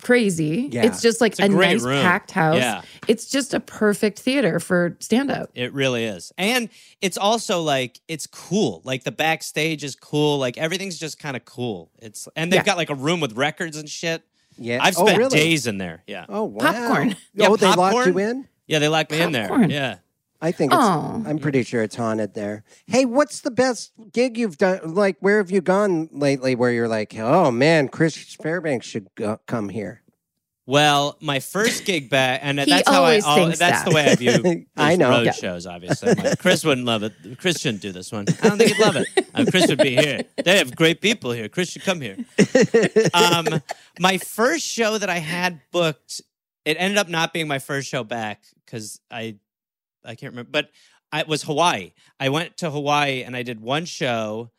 S5: crazy.
S4: Yeah.
S5: It's just like
S6: It's a great
S5: nice
S6: room.
S5: packed house.
S6: Yeah.
S5: It's just a perfect theater for stand up.
S6: It really is. And it's also like it's cool. Like the backstage is cool. Like everything's just kind of cool. It's and they've
S5: Yeah.
S6: got like a room with records and shit.
S4: Yeah.
S6: I've
S4: Oh,
S6: spent
S4: really?
S6: days in there. Yeah.
S4: Oh wow.
S5: Popcorn.
S6: Yeah,
S4: oh, they locked
S6: popcorn.
S4: you in?
S6: Yeah, they locked me in
S5: Popcorn.
S6: there. Yeah.
S4: I think it's
S5: Oh,
S4: I'm pretty sure it's haunted there. Hey, what's the best gig you've done? Like, where have you gone lately where you're like, oh man, Chris Fairbanks should go- come here?
S6: Well, my first gig back, and
S5: He
S6: that's how I.
S5: always
S6: All,
S5: thinks
S6: that's the
S5: that.
S6: way I view.
S4: I
S6: these
S4: know.
S6: road
S4: Yeah.
S6: shows. Obviously, I'm like, Chris wouldn't love it. Chris shouldn't do this one. I don't think he'd love it. Uh, Chris would be here. They have great people here. Chris should come here. Um, my first show that I had booked, it ended up not being my first show back because I, I can't remember, but I, it was Hawaii. I went to Hawaii and I did one show.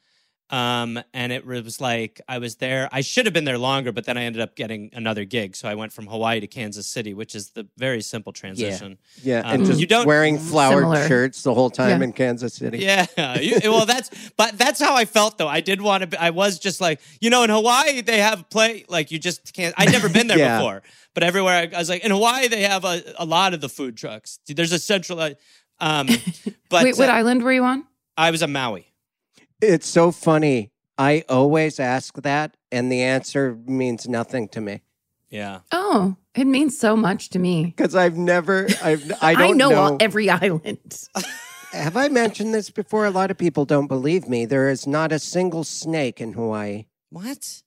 S6: Um, and it was like I was there. I should have been there longer, but then I ended up getting another gig. So I went from Hawaii to Kansas City, which is the very simple transition.
S4: Yeah, and
S6: Um,
S4: just
S6: you don't-
S4: wearing flowered
S5: Similar.
S4: shirts the whole time
S5: Yeah.
S4: in Kansas City.
S6: Yeah. You- eh, well, that's but that's how I felt though. I did want to. Be, I was just like you know in Hawaii they have play like you just can't. I'd never been there
S4: Yeah.
S6: before, but everywhere I, I was like in Hawaii they have a, a lot of the food trucks. There's a central. uh, Um, but
S5: wait, what
S6: uh,
S5: island were you on?
S6: I was a Maui.
S4: It's so funny. I always ask that, and the answer means nothing to me
S6: Yeah.
S5: Oh, it means so much to me.
S4: because I've never, I've, I don't
S5: know,
S4: know.
S5: all- every island.
S4: Have I mentioned this before? A lot of people don't believe me. There is not a single snake in Hawaii.
S6: What?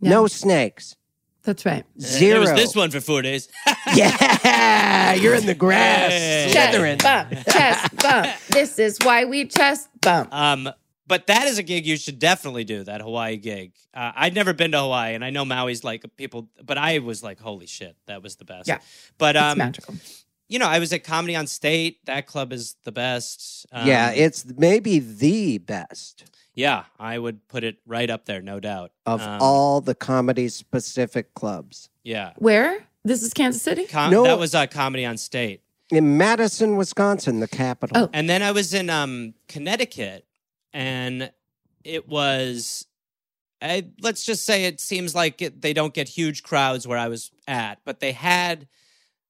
S5: Yeah,
S4: No snakes.
S5: that's right.
S6: Uh, There
S4: Zero.
S6: was this one for four days.
S4: Yeah, you're in the grass.
S6: Hey.
S5: Chest bump, chest bump. This is why we chest bump.
S6: Um, but that is a gig you should definitely do. That Hawaii gig. Uh, I'd never been to Hawaii, and I know Maui's like people, but I was like, holy shit, that was the best.
S5: Yeah.
S6: But
S5: It's
S6: um,
S5: magical.
S6: you know, I was at Comedy on State. That club is the best. Um,
S4: yeah, it's maybe the best
S6: yeah, I would put it right up there, no doubt.
S4: of
S6: Um,
S4: all the comedy specific clubs.
S6: Yeah,
S5: Where? This is Kansas City?
S6: Com-
S4: No.
S6: that was uh, Comedy on State.
S4: In Madison, Wisconsin, the capital.
S5: Oh.
S6: And then I was in um, Connecticut, and it was, I, let's just say it seems like it, they don't get huge crowds where I was at, but they had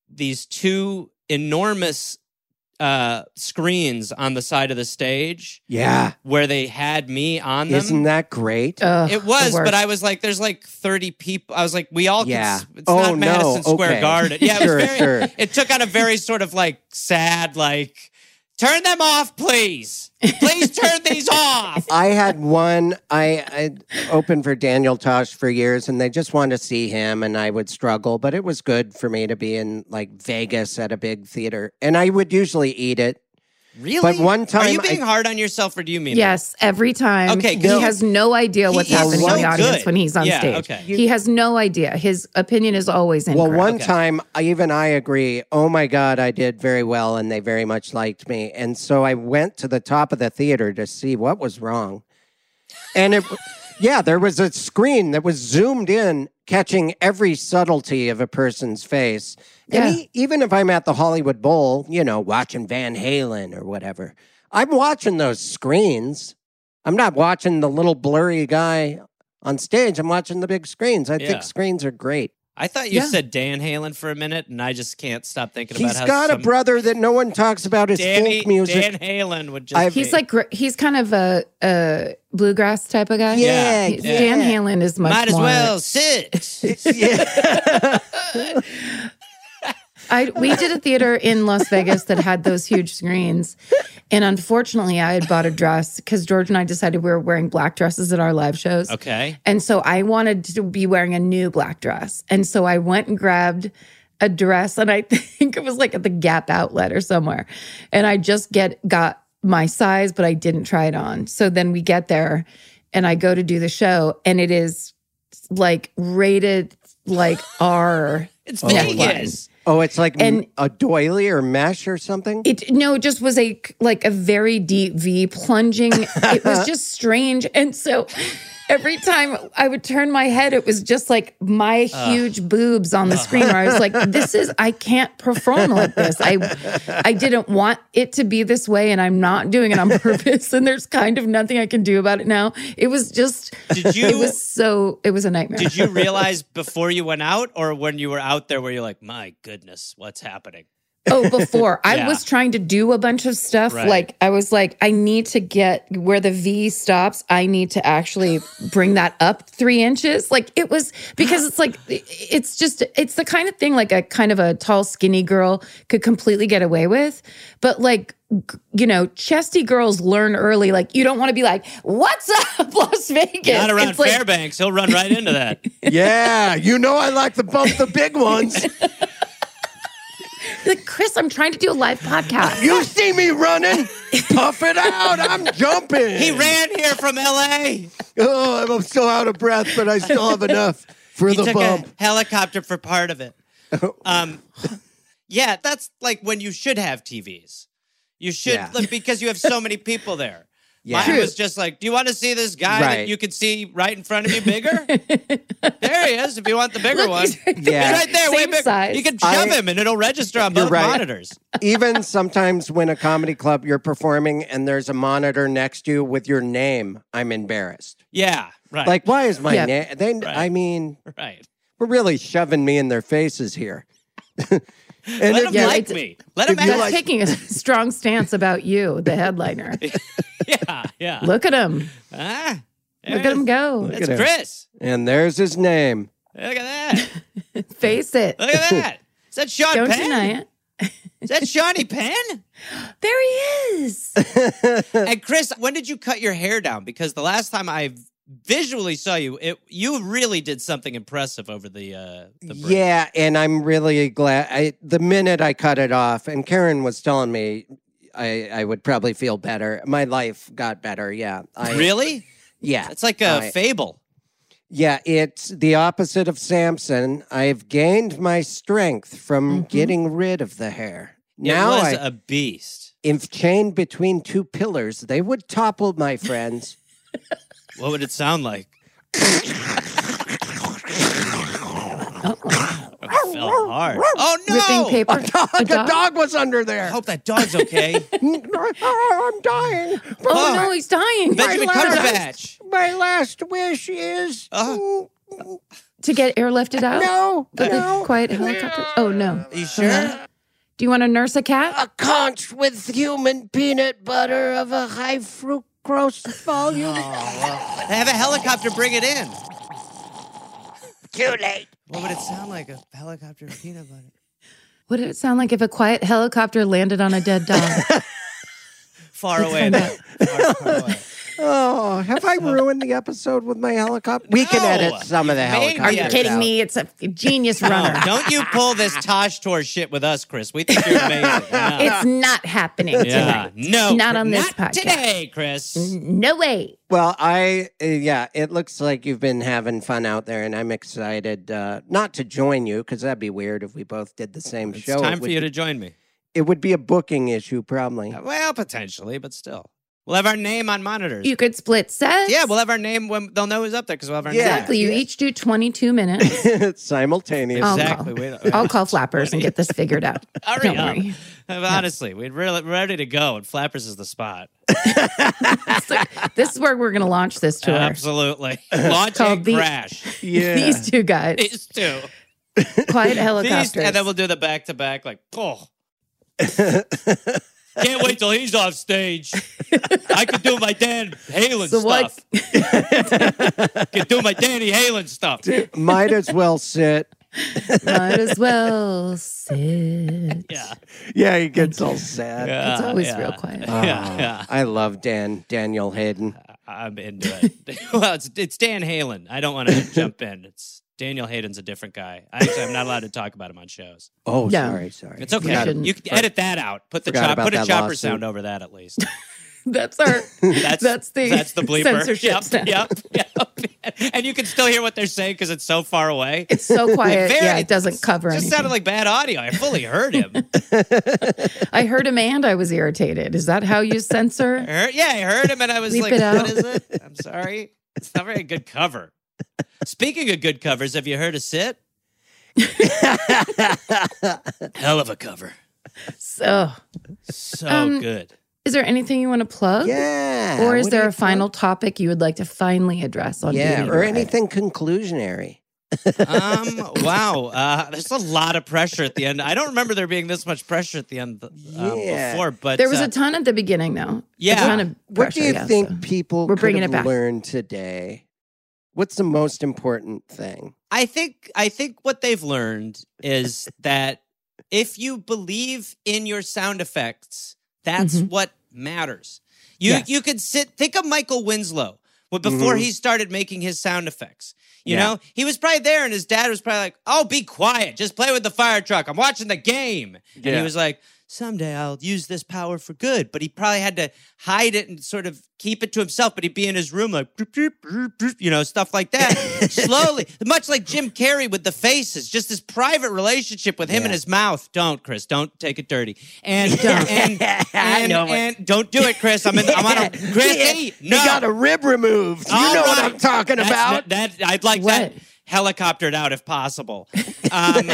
S6: these two enormous uh, screens on the side of the stage
S4: Yeah.
S6: where they had me on them.
S4: Isn't that great?
S5: Ugh,
S6: it
S5: the
S6: was, but
S5: worst.
S6: I was like, there's like 30 people. I was like, we all
S4: Yeah.
S6: can. s- It's
S4: Oh,
S6: not
S4: no.
S6: Madison Square
S4: Okay.
S6: Garden. Yeah, it
S4: Sure,
S6: was very,
S4: sure.
S6: it took on a very sort of like sad, like, turn them off, please. Please turn these off.
S4: I had one. I, I opened for Daniel Tosh for years, and they just wanted to see him, and I would struggle. But it was good for me to be in like Vegas at a big theater, and I would usually eat it.
S6: Really?
S4: But one
S6: Are
S4: time
S6: you
S4: I-
S6: being hard on yourself or do you mean
S5: Yes, every time.
S6: Okay,
S5: he
S6: no.
S5: has no idea what's
S6: He is
S5: happening
S4: so
S5: in the audience
S6: good.
S5: when he's on
S6: Yeah,
S5: stage.
S6: okay.
S5: He has no idea. His opinion is always incorrect.
S4: Well, one
S6: Okay.
S4: time, I- even I agree. Oh my God, I did very well, and they very much liked me. And so I went to the top of the theater to see what was wrong. And it, yeah, there was a screen that was zoomed in, catching every subtlety of a person's face.
S5: Yeah.
S4: And he, even if I'm at the Hollywood Bowl, you know, watching Van Halen or whatever, I'm watching those screens. I'm not watching the little blurry guy on stage. I'm watching the big screens. I
S6: Yeah.
S4: think screens are great.
S6: I thought you
S5: Yeah.
S6: said Dan Halen for a minute, and I just can't stop thinking
S4: He's
S6: about how
S4: got a
S6: some
S4: brother that no one talks about his
S6: Danny,
S4: folk music.
S6: Dan Halen would just.
S4: I've-
S6: be-
S5: He's like gr- he's kind of a, a bluegrass type of guy.
S4: Yeah,
S5: He's-
S6: yeah.
S5: Dan Halen is much
S6: might as
S5: more-
S6: well sit.
S4: yeah.
S5: I we did a theater in Las Vegas that had those huge screens, and unfortunately, I had bought a dress because George and I decided we were wearing black dresses at our live shows.
S4: Oh,
S6: okay.
S5: And so I wanted to be wearing a new black dress. And so I went and grabbed a dress and I think it was like at the Gap outlet or somewhere. And I just get got my size but I didn't try it on. So then we get there and I go to do the show and it is like rated like R.
S6: It's
S5: Oh,
S6: Vegas.
S4: oh, it's like m-
S5: And-
S4: a doily or mesh or something.
S5: It no, it just was a like a very deep V plunging. it was just strange, and so every time I would turn my head, it was just like my huge boobs on the screen. Where I was like, "This is I can't perform like this. I I didn't want it to be this way, and I'm not doing it on purpose. And there's kind of nothing I can do about it now. It was just
S6: Did you?
S5: it was so it was a nightmare.
S6: Did you realize before you went out or when you were out there where you're like, my goodness, what's happening?
S5: Oh, before
S6: Yeah.
S5: I was trying to do a bunch of stuff.
S6: Right.
S5: Like I was like, I need to get where the V stops. I need to actually bring that up three inches. Like it was because it's like it's just it's the kind of thing like a kind of a tall skinny girl could completely get away with, but like g- you know, chesty girls learn early. Like you don't want to be like, "What's up, Las Vegas?"
S6: Not around
S5: It's like-
S6: Fairbanks. He'll run right into that.
S4: yeah, you know I like to bump the big ones.
S5: like Chris, I'm trying to do a live podcast.
S4: You see me running, puff it out. I'm jumping.
S6: he ran here from LA.
S4: Oh, I'm still out of breath, but I still have enough for
S6: He
S4: the
S6: took
S4: bump.
S6: a helicopter for part of it. Um, yeah, that's like when you should have TVs. You should
S4: Yeah.
S6: like, because you have so many people there.
S4: Yeah.
S6: Mine
S4: True.
S6: was just like, do you want to see this guy that
S4: Right.
S6: you can see right in front of you bigger? there he is. If you want the bigger
S5: Look,
S6: one,
S5: he's right
S6: He's
S4: Yeah.
S6: right there, way
S5: Same
S6: bigger.
S5: size.
S6: You can shove
S4: I-
S6: him, and it'll register on both
S4: right.
S6: monitors.
S4: Even sometimes when a comedy club you're performing and there's a monitor next to you with your name, I'm embarrassed.
S6: Yeah, right.
S4: Like, why is my
S5: Yeah.
S4: name? They, I mean,
S6: right.
S4: we're really shoving me in their faces here. and
S6: Let
S4: if
S6: him
S4: you-
S5: Yeah,
S6: like
S5: it's-
S6: me. Let him
S4: if you
S6: act
S5: That's
S4: like-
S5: taking a strong stance about you, the headliner.
S6: yeah, yeah.
S5: Look at him.
S6: ah, there
S5: Look at him
S6: it is.
S5: go.
S4: Look at him.
S6: It's Chris.
S4: and there's his name.
S6: Look at that.
S5: Face it.
S6: Look at that. Is that Sean
S5: Don't
S6: Penn?
S5: deny it.
S6: Is that Shawnee Penn?
S5: There he is.
S6: and Chris, when did you cut your hair down? Because the last time I visually saw you, it you really did something impressive over the uh the break.
S4: Yeah, and I'm really glad. I, the minute I cut it off, and Karen was telling me I, I would probably feel better. My life got better. Yeah. I,
S6: Really?
S4: Yeah.
S6: It's like a
S4: I-
S6: fable.
S4: Yeah, it's the opposite of Samson. I've gained my strength from getting rid of the hair. now
S6: Mm-hmm. it was
S4: I,
S6: a beast.
S4: if chained between two pillars, they would topple, my friends.
S6: What would it sound like? It fell hard. Oh no!
S5: Ripping paper.
S4: the
S5: A dog?
S4: dog was under
S6: I
S4: there.
S6: hope that dog's okay.
S4: I'm dying.
S5: Oh no, he's dying.
S6: Benjamin Cumberbatch.
S4: My last wish is
S6: Oh.
S5: To get airlifted out?
S4: no,
S5: With
S4: no,
S5: a quiet helicopter? Oh no.
S6: You sure? Uh,
S5: Do you want to nurse a cat?
S4: a conch with human peanut butter of a high fructose volume.
S6: Have a helicopter bring it in.
S4: Too late.
S6: What would it sound like? A helicopter with peanut butter.
S5: What did it sound like if a quiet helicopter landed on a dead dog?
S6: Far away.
S5: Let's
S6: Far, far away.
S4: Oh, have I ruined the episode with my helicopter? We can
S6: No.
S4: edit some of the
S6: Maybe.
S4: helicopter.
S5: Are you
S6: Yeah.
S5: kidding me? It's a genius
S6: No,
S5: runner.
S6: don't you pull this Tosh Tour shit with us, Chris. We think you're amazing. No.
S5: It's not happening
S6: yeah.
S5: tonight.
S6: No.
S5: Not on this
S6: Not
S5: podcast.
S6: today, Chris.
S5: No way.
S4: Well, I uh, yeah, it looks like you've been having fun out there, and I'm excited uh, not to join you because that'd be weird if we both did the same
S6: It's
S4: show.
S6: time
S4: it
S6: for
S4: would
S6: you
S4: be-
S6: to join me.
S4: It would be a booking issue, probably.
S6: Well, potentially, but still. We'll have our name on monitors.
S5: You could split sets.
S6: yeah, we'll have our name when they'll know who's up there because we'll have our
S4: Yeah.
S6: name.
S5: Exactly. You each do 22 minutes.
S4: Simultaneous.
S5: I'll
S6: Exactly.
S5: call.
S6: We-
S5: I'll call Flappers and get this figured out.
S6: Hurry
S5: Don't
S6: up.
S5: worry.
S6: Honestly, we're really we're ready to go, and Flappers is the spot.
S5: So this is where we're going to launch this tour.
S6: Absolutely. Launch
S5: Called
S6: and
S5: the-
S6: crash.
S4: Yeah.
S5: These two guys,
S6: These two.
S5: quiet
S6: These,
S5: helicopters.
S6: and then we'll do the back to back, like, oh. Can't wait till he's off stage. I could do my Dan Halen
S5: So what-
S6: stuff. could do my Danny Halen stuff.
S4: Might as well sit.
S5: Might as well sit.
S6: Yeah.
S4: Yeah, he gets all sad. Oh,
S5: It's
S6: Yeah,
S5: always
S6: Uh, yeah.
S5: real quiet.
S6: Yeah, yeah.
S4: I love Dan Daniel Hayden.
S6: I'm into it. well, it's, it's Dan Halen. I don't want to jump in. It's Daniel Hayden's a different guy. I actually, I'm not allowed to talk about him on shows.
S4: Oh,
S5: No.
S4: sorry, sorry.
S6: It's okay.
S5: shouldn't.
S6: you can edit that out. Put the
S4: Forgot
S6: chop,
S4: about
S6: put a
S4: that
S6: chopper
S4: lawsuit.
S6: sound over that at least.
S5: That's our.
S6: That's
S5: That's, the.
S6: that's the bleeper.
S5: Censorship.
S6: Yep,
S5: sound.
S6: yep, yep. And you can still hear what they're saying because it's so far away.
S5: It's so quiet.
S6: Very-
S5: yeah, it doesn't cover
S6: just
S5: anything.
S6: sounded like bad audio. I fully heard him.
S5: I heard him and I was irritated. Is that how you
S6: I
S5: censor?
S6: heard- yeah, I heard him, and I was
S5: Bleep
S6: like,
S5: it out.
S6: "What is it?" I'm sorry, it's not very good cover. Speaking of good covers, have you heard of Sit? Hell of a cover,
S5: So,
S6: so
S5: Um,
S6: good.
S5: is there anything you want to plug?
S4: Yeah.
S5: Or is
S4: what do
S5: there
S4: you
S5: a final topic you would like to finally address
S4: call-
S5: on
S4: Yeah,
S5: Dating
S4: or
S5: Arrive?
S4: anything conclusionary.
S6: Um, wow, uh, there's a lot of pressure at the end. I don't remember there being this much pressure at the end um,
S4: Yeah.
S6: before, but
S5: There was
S6: uh,
S5: a ton at the beginning, though.
S6: Yeah.
S5: A ton of
S4: What do
S5: pressure,
S4: you
S5: yeah,
S4: think
S5: so.
S4: people
S5: We're
S4: could
S5: bringing
S4: have
S5: it back.
S4: learned today? What's the most important thing?
S6: I think I think what they've learned is that if you believe in your sound effects, that's
S5: Mhm.
S6: what matters. You
S5: Yes.
S6: you could sit think of Michael Winslow but before he started making his sound effects. You
S4: Yeah.
S6: know, he was probably there and his dad was probably like, "Oh, be quiet. Just play with the fire truck. I'm watching the game." And he
S4: Yeah.
S6: was like, "Someday I'll use this power for good." But he probably had to hide it and sort of keep it to himself, but he'd be in his room like, "Doop, doop, doop, doop," you know, stuff like that. Slowly, much like Jim Carrey with the faces, just this private relationship with him and his mouth. Don't, Chris, don't take it dirty. And don't. and, and,
S4: know
S6: and don't do it, Chris. I'm in, I'm on a Chris. hey, no.
S4: You got a rib removed. You
S6: All
S4: know what
S6: right.
S4: I'm talking
S6: That's
S4: about.
S6: not- that I'd like that
S5: What?
S6: helicoptered out if possible. Um,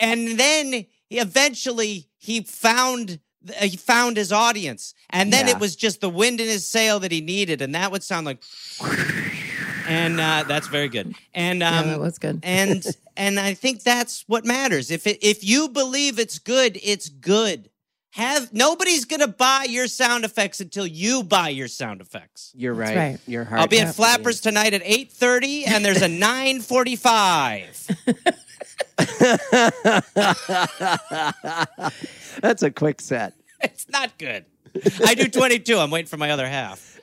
S6: and then he eventually he found uh, he found his audience, and then
S4: Yeah.
S6: it was just the wind in his sail that he needed, and that would sound like. And uh, that's very good. And
S5: Yeah,
S6: um,
S5: that was good.
S6: and and I think that's what matters. If it, if you believe it's good, it's good. Have nobody's gonna buy your sound effects until you buy your sound effects.
S4: You're right.
S5: right.
S4: You're hard.
S6: I'll be at
S4: to
S6: Flappers tonight at 8:30 and there's a 9:45.
S4: believe. That's a quick set.
S6: It's not good. I do 22. I'm waiting for my other half.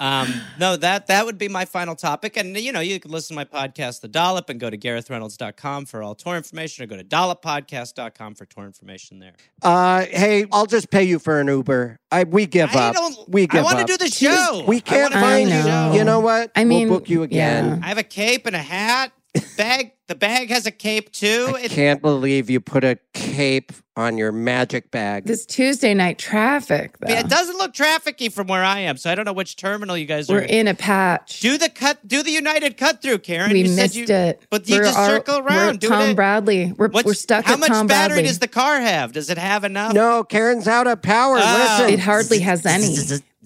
S6: Um, no, that that would be my final topic. And you know, you can listen to my podcast, The Dollop, and go to GarethReynolds.com for all tour information, or go to dolloppodcast.com for tour information there.
S4: Uh, hey, I'll just pay you for an Uber. I we give
S6: I
S4: up.
S6: don't-
S4: we
S6: I
S4: give
S6: wanna
S4: up.
S6: do the show.
S4: We
S6: I
S4: can't
S6: wanna
S4: find
S6: do the
S4: you.
S6: show.
S4: You know what?
S5: I mean,
S4: we'll book you again.
S6: I have a cape and a hat. Bag. the bag has a cape too.
S4: I
S6: It-
S4: can't believe you put a cape on your magic bag.
S5: This Tuesday night traffic, though.
S6: it doesn't look trafficky from where I am, so I don't know which terminal you guys are.
S5: We're in a patch.
S6: Do the cut. Do the United cut through, Karen.
S5: we
S6: you
S5: missed
S6: said you,
S5: it.
S6: But you
S5: We're
S6: just
S5: all-
S6: circle
S5: We're
S6: around.
S5: at
S6: Do
S5: Tom
S6: it.
S5: Bradley. We're,
S6: What's-
S5: we're stuck
S6: How
S5: at
S6: much
S5: Tom
S6: battery
S5: Bradley.
S6: does the car have? Does it have enough?
S4: No, Karen's out of power.
S6: Oh.
S4: Listen.
S5: it hardly has any.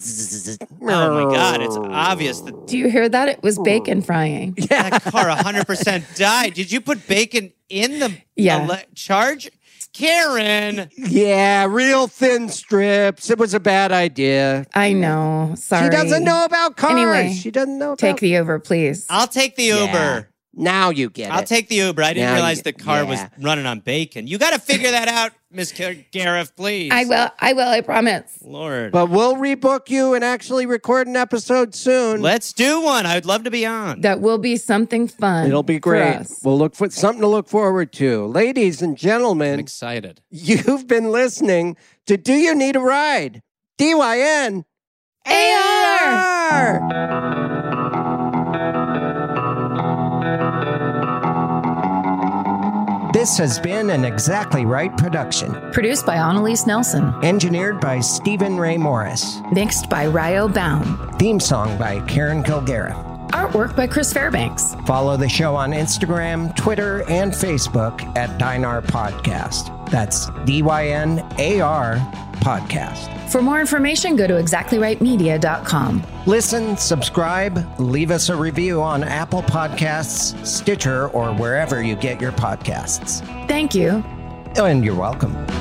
S6: Oh my God! It's obvious that
S5: Do you hear that? It
S6: Hmm.
S5: was bacon frying.
S6: that car 100% died. Did you put bacon in the
S5: Yeah.
S6: ele- charge? Karen,
S4: Yeah, real thin strips. It was a bad idea.
S5: I know. Sorry.
S4: She doesn't know about cars.
S5: Anyway,
S4: she doesn't know about
S5: Take the over, please.
S6: I'll take the
S4: Yeah,
S6: Uber.
S4: Now you get
S6: I'll
S4: it.
S6: take the Uber. I didn't
S4: Now you
S6: realize the
S4: get-
S6: car was
S4: yeah.
S6: running on bacon. You got to figure that out, Miss Gar- Gariff, please.
S5: I will. I will. I promise.
S6: Lord.
S4: But we'll rebook you and actually record an episode soon.
S6: Let's do one. I'd love to be on.
S5: That will be something fun.
S4: It'll be
S5: for
S4: great.
S5: us.
S4: We'll look for something to look forward to. Ladies and
S6: I'm
S4: gentlemen,
S6: excited.
S4: you've been listening to Do You Need a Ride? DYN AR! This has been an Exactly Right production,
S7: Produced by Annalise Nelson.
S4: engineered by Stephen Ray Morris,
S7: Mixed by Ryo Baum.
S4: theme song by Karen Kilgariff.
S7: Artwork by Chris Fairbanks.
S4: Follow the show on Instagram, Twitter, and Facebook at Dinar Podcast. That's D Y N A R Podcast.
S7: For more information, go to exactlyrightmedia.com.
S4: Listen, subscribe, leave us a review on Apple Podcasts, Stitcher, or wherever you get your podcasts.
S7: Thank you.
S4: And you're welcome.